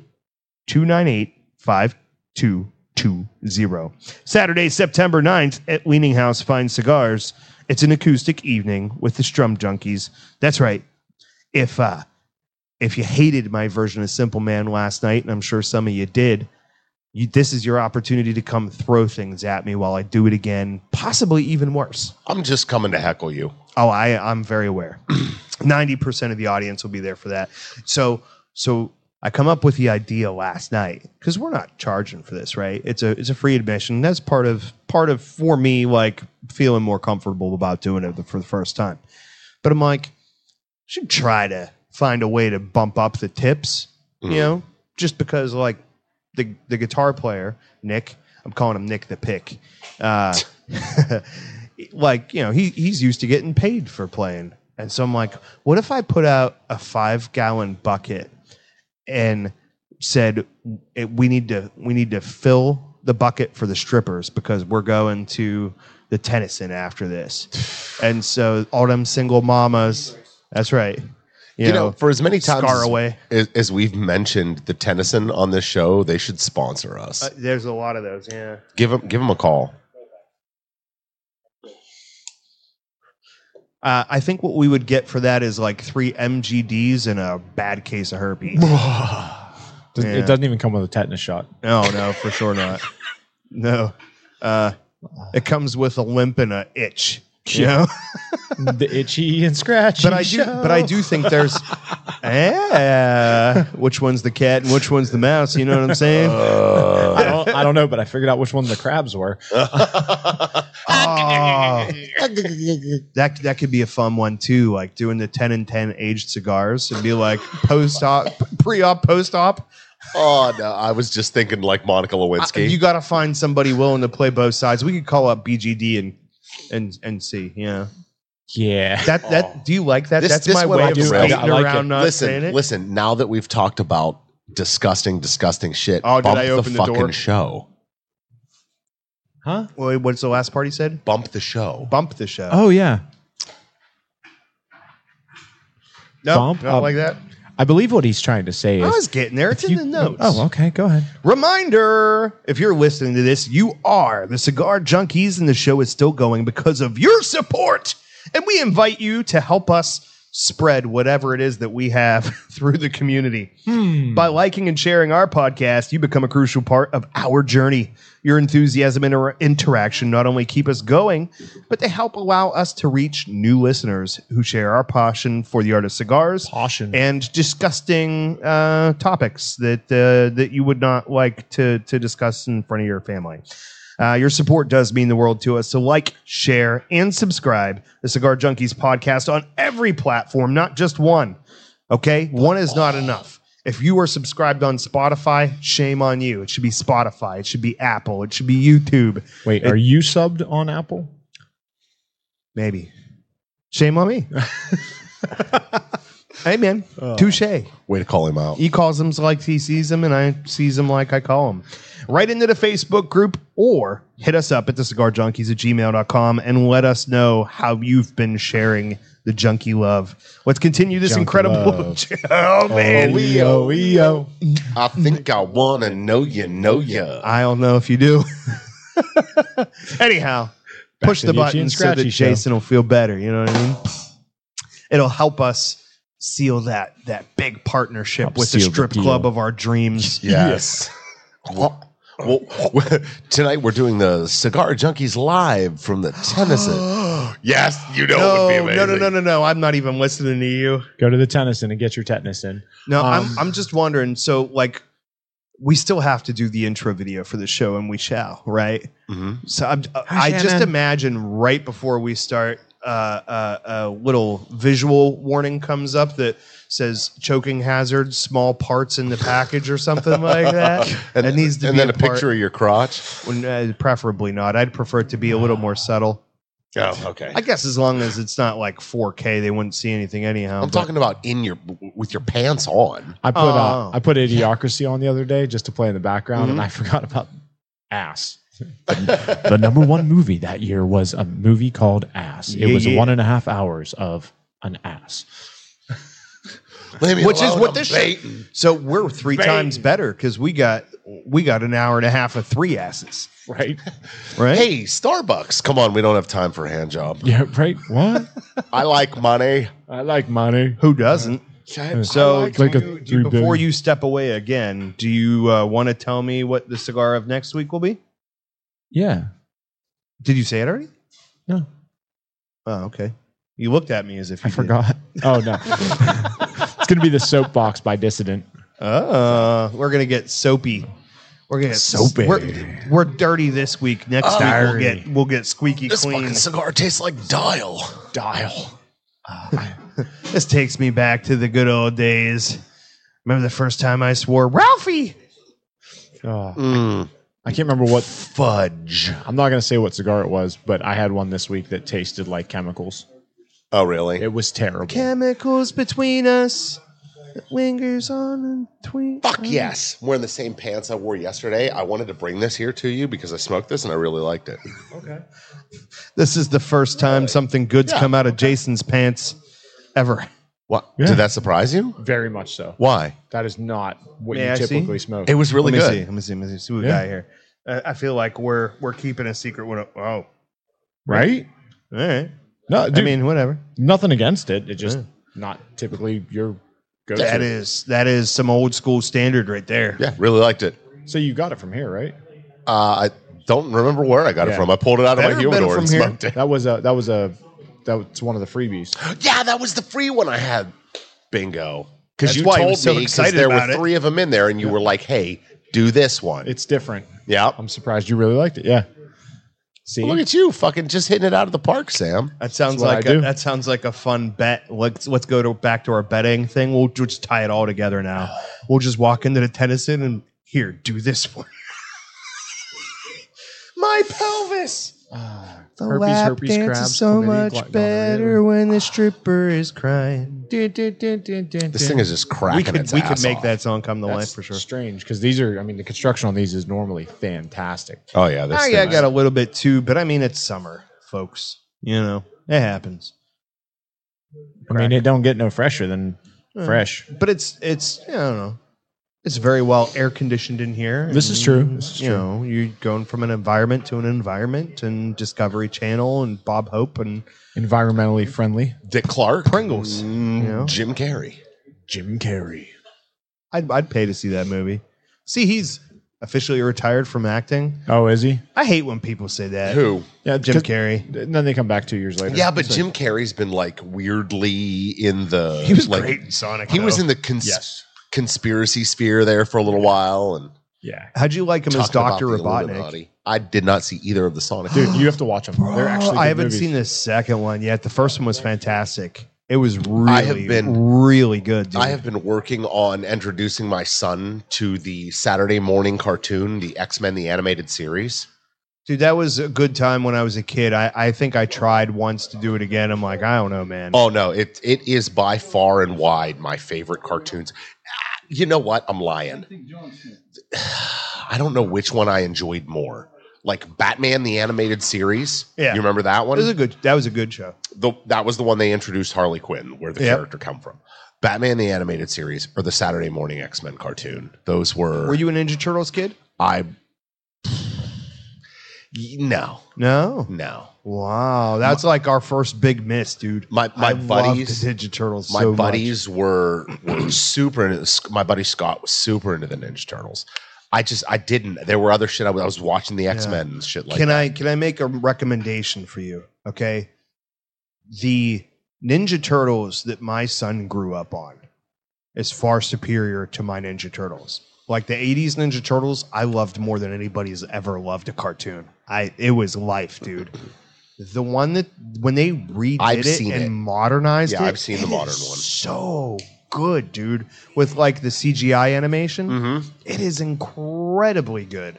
S6: 298 5220. Saturday, September 9th at Leaning House Fine Cigars. It's an acoustic evening with the Strum Junkies. That's right. If uh if you hated my version of Simple Man last night, and I'm sure some of you did, you, this is your opportunity to come throw things at me while I do it again, possibly even worse.
S3: I'm just coming to heckle you.
S6: Oh, I, I'm very aware. Ninety percent of the audience will be there for that. So, so I come up with the idea last night because we're not charging for this, right? It's a it's a free admission. That's part of part of for me like feeling more comfortable about doing it for the first time. But I'm like, should try to find a way to bump up the tips, you know, just because like the the guitar player Nick, I'm calling him Nick the Pick, uh, like you know he he's used to getting paid for playing, and so I'm like, what if I put out a five gallon bucket and said it, we need to we need to fill the bucket for the strippers because we're going to the Tennyson after this, and so all them single mamas. That's right. You,
S3: You, know, for as many times
S6: scar away.
S3: As, as we've mentioned the Tennyson on this show, they should sponsor us.
S6: Uh, there's a lot of those. Yeah.
S3: give them give them a call.
S6: Uh, I think what we would get for that is like three MGDs and a bad case of herpes.
S2: Does-
S6: Yeah.
S2: It doesn't even come with a tetanus shot.
S6: No, no, for sure not. No. Uh, it comes with a limp and a itch. You know?
S2: the itchy and scratchy.
S6: But I do but I do think there's eh, which one's the cat and which one's the mouse, you know what I'm saying?
S3: Uh,
S6: uh,
S2: I don't, I don't know, but I figured out which one the crabs were.
S6: Oh. that that could be a fun one too, like doing the 10 and 10 aged cigars and be like post op pre op post op.
S3: Oh no, I was just thinking like Monica Lewinsky.
S6: You got to find somebody willing to play both sides. We could call up BGD and and and see, yeah.
S2: Yeah.
S6: That that do you like that?
S3: Oh. This-
S6: That's
S3: this
S6: my
S3: one
S6: way
S3: I
S6: of
S3: do.
S6: skating
S2: I like
S6: around
S2: it.
S6: not saying
S3: listen,
S6: it.
S3: listen. Now that we've talked about disgusting, disgusting shit,
S6: Oh, did
S3: bump
S6: I open the
S3: fucking
S6: door?
S3: show?
S2: Huh?
S6: Wait, what's the last part he said?
S3: Bump the show.
S6: Bump the show.
S2: Oh yeah.
S6: no,
S2: bump
S6: not
S2: up.
S6: like that.
S2: I believe what he's trying to say
S6: I
S2: is
S6: was getting there. It's in
S2: You-
S6: the notes.
S2: Oh, okay. Go ahead.
S6: Reminder if you're listening to this, you are the cigar junkies, and the show is still going because of your support. And we invite you to help us spread whatever it is that we have through the community.
S2: Hmm.
S6: By liking and sharing our podcast, you become a crucial part of our journey. Your enthusiasm and inter- interaction not only keep us going, but they help allow us to reach new listeners who share our passion for the art of cigars
S2: Caution.
S6: and disgusting uh, topics that uh, that you would not like to to discuss in front of your family. Uh, your support does mean the world to us. So like, share, and subscribe the Cigar Junkies podcast on every platform, not just one. Okay, one is not enough. If you are subscribed on Spotify, shame on you. It should be Spotify. It should be Apple. It should be YouTube.
S2: Wait,
S6: It-
S2: are you subbed on Apple?
S6: Maybe. Shame on me. hey man,
S2: Oh.
S6: touche.
S3: Way to call him out.
S6: He calls them like he sees them, and I sees them like I call them. Right into the Facebook group or hit us up at the cigar junkies at gmail.com and let us know how you've been sharing the junkie love. Let's continue this
S2: Junkie
S6: incredible.
S2: love.
S6: oh, man.
S2: Leo, Leo.
S3: I think I wanna know you, know ya.
S6: I don't know if you do. Anyhow, push
S2: to
S6: the
S2: the Itchy
S6: button
S2: and
S6: so that
S2: Scratchy show.
S6: Jason will feel better. You know what I mean? It'll help us seal that that big partnership
S2: Help
S6: with the
S2: seal the
S6: strip
S2: deal.
S6: club of our dreams.
S3: Yes. well, well, tonight we're doing the Cigar Junkies live from the Tennyson. yes, you know it would be
S6: No,
S3: amazing.
S6: no, no, no, no, no. I'm not even listening to you.
S2: Go to the Tennyson and get your tetanus in.
S6: No,
S2: Um,
S6: I'm I'm just wondering. So like we still have to do the intro video for the show and we shall, right?
S3: Mhm.
S6: So I'm, uh, I just imagine right before we start uh, uh, a little visual warning comes up that says choking hazard, small parts in the package or something like that.
S3: And,
S6: it needs to
S3: and
S6: be
S3: then a,
S6: a part-
S3: picture of your crotch.
S6: When, uh, preferably not. I'd prefer it to be a little more subtle.
S3: Oh, okay.
S6: I guess as long as it's not like 4K, they wouldn't see anything anyhow.
S3: I'm
S6: but-
S3: talking about in your with your pants on.
S2: I put uh,
S6: Oh. Mm-hmm.
S2: I put Idiocracy on the other day just to play in the background, and I forgot about ass. the number one movie that year was a movie called Ass. It
S6: Yeah,
S2: was
S6: yeah.
S2: one and a half hours of an ass.
S3: Leave me
S6: Which is
S3: alone,
S6: what
S3: I'm
S6: this show-
S3: baiting.
S6: So we're three times better because we got we got an hour and a half of three asses,
S2: Right?
S6: right?
S3: Hey, Starbucks. Come on, we don't have time for a hand job.
S2: Yeah, right. What?
S3: I like money.
S2: I like money.
S6: who doesn't? So,
S2: I like Like a
S6: do-
S2: three
S6: before
S2: billion.
S6: you step away again, do you uh, want to tell me what the cigar of next week will be?
S2: Yeah.
S6: Did you say it already?
S2: No.
S6: Oh, okay. You looked at me as if you
S2: I
S6: did.
S2: forgot. Oh no. it's gonna be the soapbox by Dissident.
S6: Uh, we're gonna get soapy. We're gonna get
S2: Soapy.
S6: We're, we're dirty this week. Next
S3: Oh.
S6: week we'll
S2: Dirty.
S6: get we'll get squeaky
S3: This
S6: clean.
S3: fucking cigar tastes like dial.
S2: Dial.
S6: This takes me back to the good old days. Remember the first time I swore, Ralphie?
S2: Oh,
S3: Mm,
S2: I can't remember what
S3: fudge.
S2: I'm not gonna say what cigar it was, but I had one this week that tasted like chemicals.
S3: Oh, really?
S2: It was terrible.
S6: Chemicals between us that lingers on and between.
S3: Fuck yes. I'm wearing the same pants I wore yesterday. I wanted to bring this here to you because I smoked this and I really liked it.
S6: This is the first time something good's come out of Jason's pants ever.
S3: What?
S2: Yeah.
S3: Did that surprise you?
S2: Very much so.
S3: Why?
S2: That is not what
S6: May
S2: you
S6: I see?
S2: typically smoke.
S3: It was really
S6: let me see.
S3: good.
S6: Let me see. Let me see. See what we
S2: Yeah.
S6: got here. Uh, I feel like we're we're keeping a secret. When, oh, all
S2: right?
S6: right.
S2: No, Uh, dude,
S6: I mean, whatever.
S2: nothing against it. It just
S6: Yeah.
S2: not typically your go-to.
S6: That is that is some old school standard right there.
S3: Yeah, really liked it.
S2: So you got it from here, right?
S3: Uh, I don't remember where I got it
S2: Yeah.
S3: from. I pulled it out of
S6: Better
S3: my
S6: have been
S3: humidor and
S6: from here.
S3: smoked it.
S2: That was a that was a that was one of the freebies.
S3: Yeah, that was the free one I had. Bingo. Because
S6: That's
S3: you
S6: why he
S3: told
S6: was so
S3: me 'cause
S6: excited
S3: there were
S6: about it.
S3: three of them in there, and you were like, "Hey, do this one."
S2: It's different.
S3: yeah.
S2: I'm surprised you really liked it. Yeah. See,
S3: Well, look at you, fucking just hitting it out of the park, Sam.
S6: That sounds
S2: That's what
S6: like
S2: I
S6: a,
S2: do.
S6: that sounds like a fun bet. Let's let's go to back to our betting thing. We'll just tie it all together now. We'll just walk into the Tennyson and here, do this one. My pelvis. The
S2: herpes,
S6: lap
S2: herpes,
S6: dance
S2: crabs,
S6: is so
S2: chlamydia,
S6: much
S2: gla- gonorrhea.
S6: better when the stripper is crying.
S3: This thing is just cracking.
S6: we could
S3: its
S6: we could
S3: ass
S6: make
S3: off.
S6: that song come to
S2: that's
S6: life for sure.
S2: strange because these are. I mean, the construction on these is normally fantastic.
S3: Oh yeah, this
S6: I,
S3: thing
S6: I
S3: is-
S6: got a little bit too, but I mean it's summer, folks. You know it happens.
S2: I mean, it don't get no fresher than
S6: Mm.
S2: fresh.
S6: but it's it's I don't know. It's very well air conditioned in here.
S2: This is
S6: and,
S2: true. This is
S6: you
S2: true.
S6: know, you're going from an environment to an environment, and Discovery Channel, and Bob Hope, and
S2: Environmentally friendly.
S3: Dick Clark,
S6: Pringles.
S2: Mm.
S6: you know,
S3: Jim Carrey.
S2: Jim Carrey.
S6: I'd, I'd pay to see that movie. See, he's officially retired from acting.
S2: Oh, is he?
S6: I hate when people say that.
S3: Who?
S2: Yeah,
S6: Jim
S2: 'cause-
S6: Carrey.
S2: And then they come back two years later.
S3: Yeah, but Jim Carrey's been like weirdly in the.
S6: He was
S3: like,
S6: great in Sonic.
S3: He was
S6: though.
S3: in the cons- conspiracy sphere there for a little while, and
S2: Yeah.
S6: How'd you like him as
S3: talking about
S6: Doctor
S3: the
S6: Robotnik?
S3: Illuminati. I did not see either of the Sonic.
S2: Dude, you have to watch them. They're actually.
S6: Oh, I haven't seen the second one yet. The first one was fantastic. It was really,
S3: I have been-
S6: really good. Dude.
S3: I have been working on introducing my son to the Saturday morning cartoon, the X Men, the animated series.
S6: dude. That was a good time when I was a kid. I, I think I tried once to do it again. I'm like, I don't know, man.
S3: Oh no, it it is by far and wide my favorite cartoons. Ah, You know what? I'm lying. I don't know which one I enjoyed more. Like Batman the animated series.
S6: Yeah.
S3: You remember that
S6: That
S3: one?
S6: was a good. That was a good show.
S3: the, that was the one they introduced Harley Quinn, where the
S6: Yep.
S3: character come from. Batman the animated series or the Saturday morning X Men cartoon. Those were,
S6: Were you a Ninja Turtles kid?
S3: I. No,
S6: No.
S3: no.
S6: Wow, that's like our first big miss, dude.
S3: My my
S6: I
S3: buddies,
S6: loved Ninja Turtles.
S3: my
S6: so much.
S3: buddies were were super into. this- My buddy Scott was super into the Ninja Turtles. I just I didn't. There were other shit. I was, I was watching the X Men and shit like.
S6: can
S3: that.
S6: I can I make a recommendation for you? Okay, the Ninja Turtles that my son grew up on is far superior to my Ninja Turtles. Like the '80s Ninja Turtles, I loved more than anybody's ever loved a cartoon. I it was life, dude. The one that when they redid
S3: I've
S6: it
S3: seen
S6: and
S3: it.
S6: modernized
S3: Yeah,
S6: it,
S3: I've seen the
S6: it
S3: modern
S6: is
S3: one.
S6: So good, dude. With like the CGI animation,
S3: Mhm.
S6: it is incredibly good.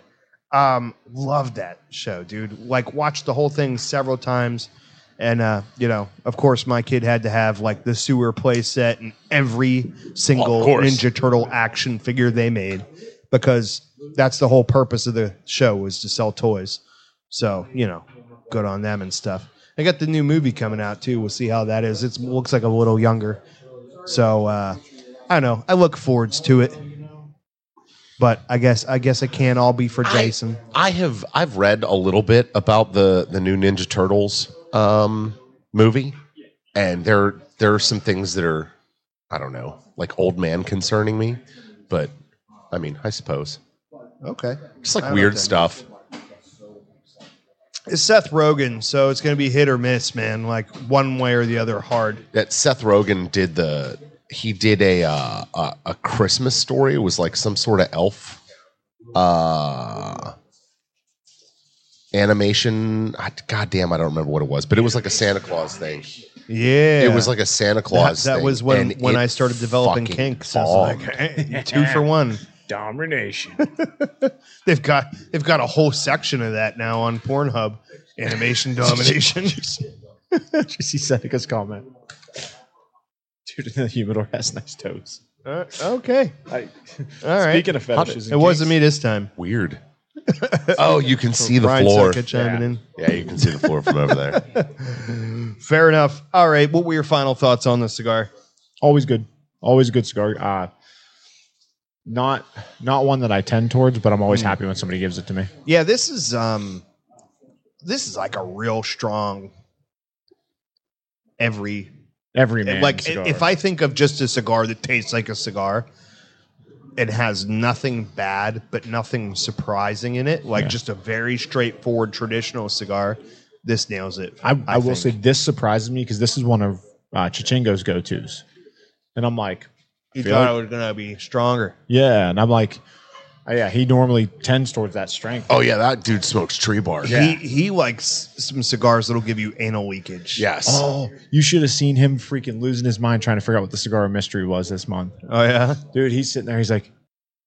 S6: Um, love that show, dude. Like, watched the whole thing several times, and uh, you know, of course, my kid had to have like the sewer play set and every single
S3: course.
S6: Ninja Turtle action figure they made because that's the whole purpose of the show was to sell toys. So you know, good on them and stuff. I got the new movie coming out too. We'll see how that is. It looks like a little younger, so uh, I don't know. I look forwards to it. But I guess I guess it can't all be for Jason.
S3: I have I've read a little bit about the the new Ninja Turtles um, movie, and there there are some things that are I don't know like old man concerning me, but I mean I suppose
S6: okay.
S3: just like weird
S6: that
S3: stuff.
S6: It's Seth Rogen, so it's gonna be hit or miss, man. Like one way or the other, hard.
S3: That Seth Rogen did the he did a uh, a, a Christmas story it was like some sort of elf uh animation I, god damn i don't remember what it was but it was like a santa claus thing
S6: Yeah.
S3: It was like a Santa
S6: that,
S3: Claus.
S6: that
S3: thing,
S6: was when
S3: and
S6: when
S3: it
S6: I started developing
S3: fucking
S6: kinks. I was
S3: bombed.
S6: like "Hey, two for one.
S2: Domination.
S6: They've got they've got a whole section of that now on Pornhub. Animation domination.
S2: Did you see Seneca's comment? Dude in the humidor has nice toes.
S6: Uh, okay.
S2: I,
S6: All right.
S2: Speaking of fetishes,
S6: it wasn't me this time.
S3: weird. oh, you can see the
S6: Brian
S3: floor.
S6: Setka chiming
S2: Yeah.
S6: in.
S3: Yeah, you can see the floor from over there.
S6: Fair enough. All right. What were your final thoughts on the cigar?
S2: always good, always a good cigar. Uh, not not one that I tend towards, but I'm always happy when somebody gives it to me.
S6: Yeah, this is um this is like a real strong every
S2: Every man,
S6: like
S2: cigar.
S6: if I think of just a cigar that tastes like a cigar and has nothing bad but nothing surprising in it, like
S2: Yeah.
S6: just a very straightforward traditional cigar, this nails it.
S2: I, I, will
S6: think.
S2: say this surprises me because this is one of uh, Chichingo's go tos, and I'm like,
S6: you
S2: feel
S6: thought
S2: like-
S6: it was gonna be stronger.
S2: yeah, and I'm like, oh, yeah, he normally tends towards that strength.
S3: Oh yeah, that dude smokes tree bar.
S6: He he likes some cigars that'll give you anal leakage.
S3: Yes. Uh,
S2: Oh, you should have seen him freaking losing his mind trying to figure out what the cigar mystery was this month.
S6: Oh yeah.
S2: Dude, he's sitting there. He's like,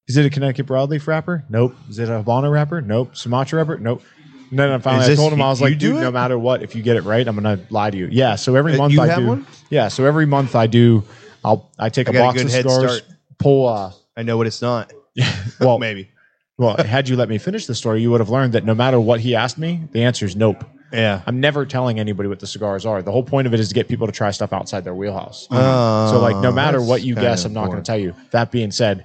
S2: is it a Connecticut broadleaf wrapper? Nope. Is it a Habano wrapper? Nope. Sumatra wrapper? Nope. And then I finally
S6: Is
S2: I
S6: this-
S2: told him, I was
S6: you
S2: like,
S6: do
S2: dude, no
S6: it?
S2: matter what, if you get it right, I'm going to lie to you. Yeah. So every
S6: Uh,
S2: month
S6: you
S2: I
S6: have
S2: do.
S6: one?
S2: Yeah. So every month I do, I'll, I take
S6: I
S2: a
S6: got a
S2: box
S6: good
S2: of
S6: head
S2: cigars,
S6: start.
S2: pull, uh,
S6: I know what it's not.
S2: well,
S6: Maybe.
S2: well, had you let me finish the story, you would have learned that no matter what he asked me, the answer is nope.
S6: Yeah.
S2: I'm never telling anybody what the cigars are. The whole point of it is to get people to try stuff outside their wheelhouse.
S6: Oh,
S2: Um, so like no matter
S6: that's
S2: what you
S6: kinda
S2: guess, I'm not going
S6: boring.
S2: to tell you. That being said,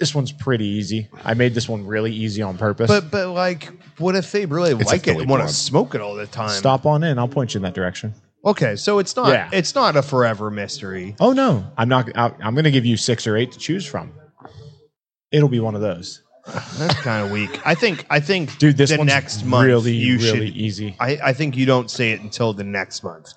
S2: this one's pretty easy. I made this one really easy on purpose.
S6: But but like, what if they really
S3: It's a
S6: like it
S3: Philly
S6: and want to
S3: blunt.
S6: smoke it all the time?
S2: Stop on in. I'll point you in that direction.
S6: Okay, so it's not
S2: Yeah.
S6: it's not a forever mystery.
S2: Oh no, I'm not. I- I'm going to give you six or eight to choose from. It'll be one of those,
S6: That's kind of weak. I think I think
S2: dude. This
S6: the
S2: one's
S6: next month
S2: really,
S6: you
S2: really
S6: should.
S2: easy.
S6: I, I think you don't say it until the next month.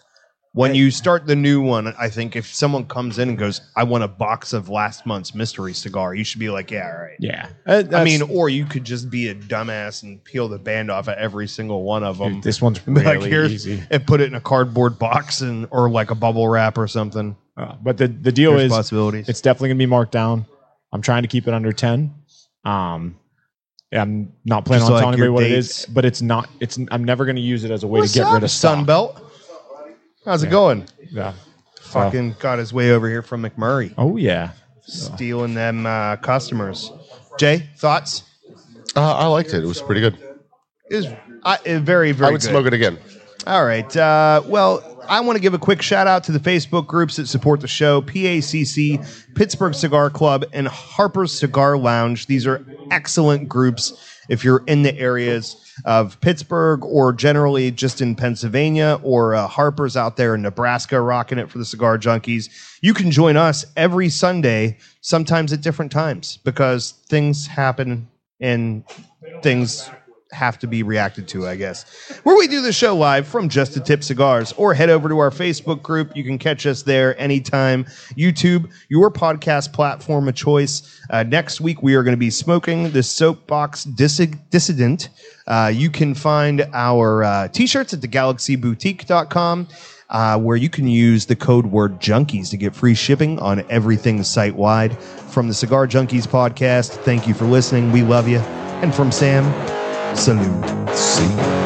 S6: When you start the new one, I think if someone comes in and goes, "I want a box of last month's mystery cigar," you should be like, "Yeah, all right."
S2: Yeah,
S6: I mean, or you could just be a dumbass and peel the band off of every single one of them
S2: dude, this one's
S6: Be
S2: really
S6: like, "Here's-"
S2: easy.
S6: and put it in a cardboard box and or like a bubble wrap or something.
S2: Uh, but the the deal is,
S6: There's possibilities.
S2: It's definitely gonna be marked down. I'm trying to keep it under ten. Um, I'm not planning
S6: Just
S2: on
S6: like
S2: telling
S6: your
S2: anybody what
S6: dates.
S2: it is, but it's not. It's I'm never gonna use it as a way
S6: What's
S2: to get
S6: up,
S2: rid of stock.
S6: Sunbelt. How's it going?
S3: Oh.
S2: Yeah.
S6: Fucking got his way over here from McMurray,
S2: Oh yeah.
S6: stealing them uh, customers. Jay, thoughts?
S3: Uh, I liked it. It was pretty good.
S6: Is I, it very very.
S3: I would
S6: good.
S3: smoke it again.
S6: All right. Uh, well, I want to give a quick shout out to the Facebook groups that support the show PACC, Pittsburgh Cigar Club, and Harper's Cigar Lounge. These are excellent groups if you're in the areas of Pittsburgh or generally just in Pennsylvania or uh, Harper's out there in Nebraska rocking it for the cigar junkies. You can join us every Sunday, sometimes at different times because things happen and things have to be reacted to, I guess. Where we do the show live from Just a Tip Cigars, or head over to our Facebook group. You can catch us there anytime. YouTube, your podcast platform of choice. Uh, next week we are going to be smoking the Soapbox Dis- Dissident. Uh, you can find our uh, t-shirts at theGalaxyBoutique.com. Uh, where you can use the code word junkies to get free shipping on everything site wide. From the Cigar Junkies podcast, thank you for listening. We love you. And from Sam, Salute.
S3: See.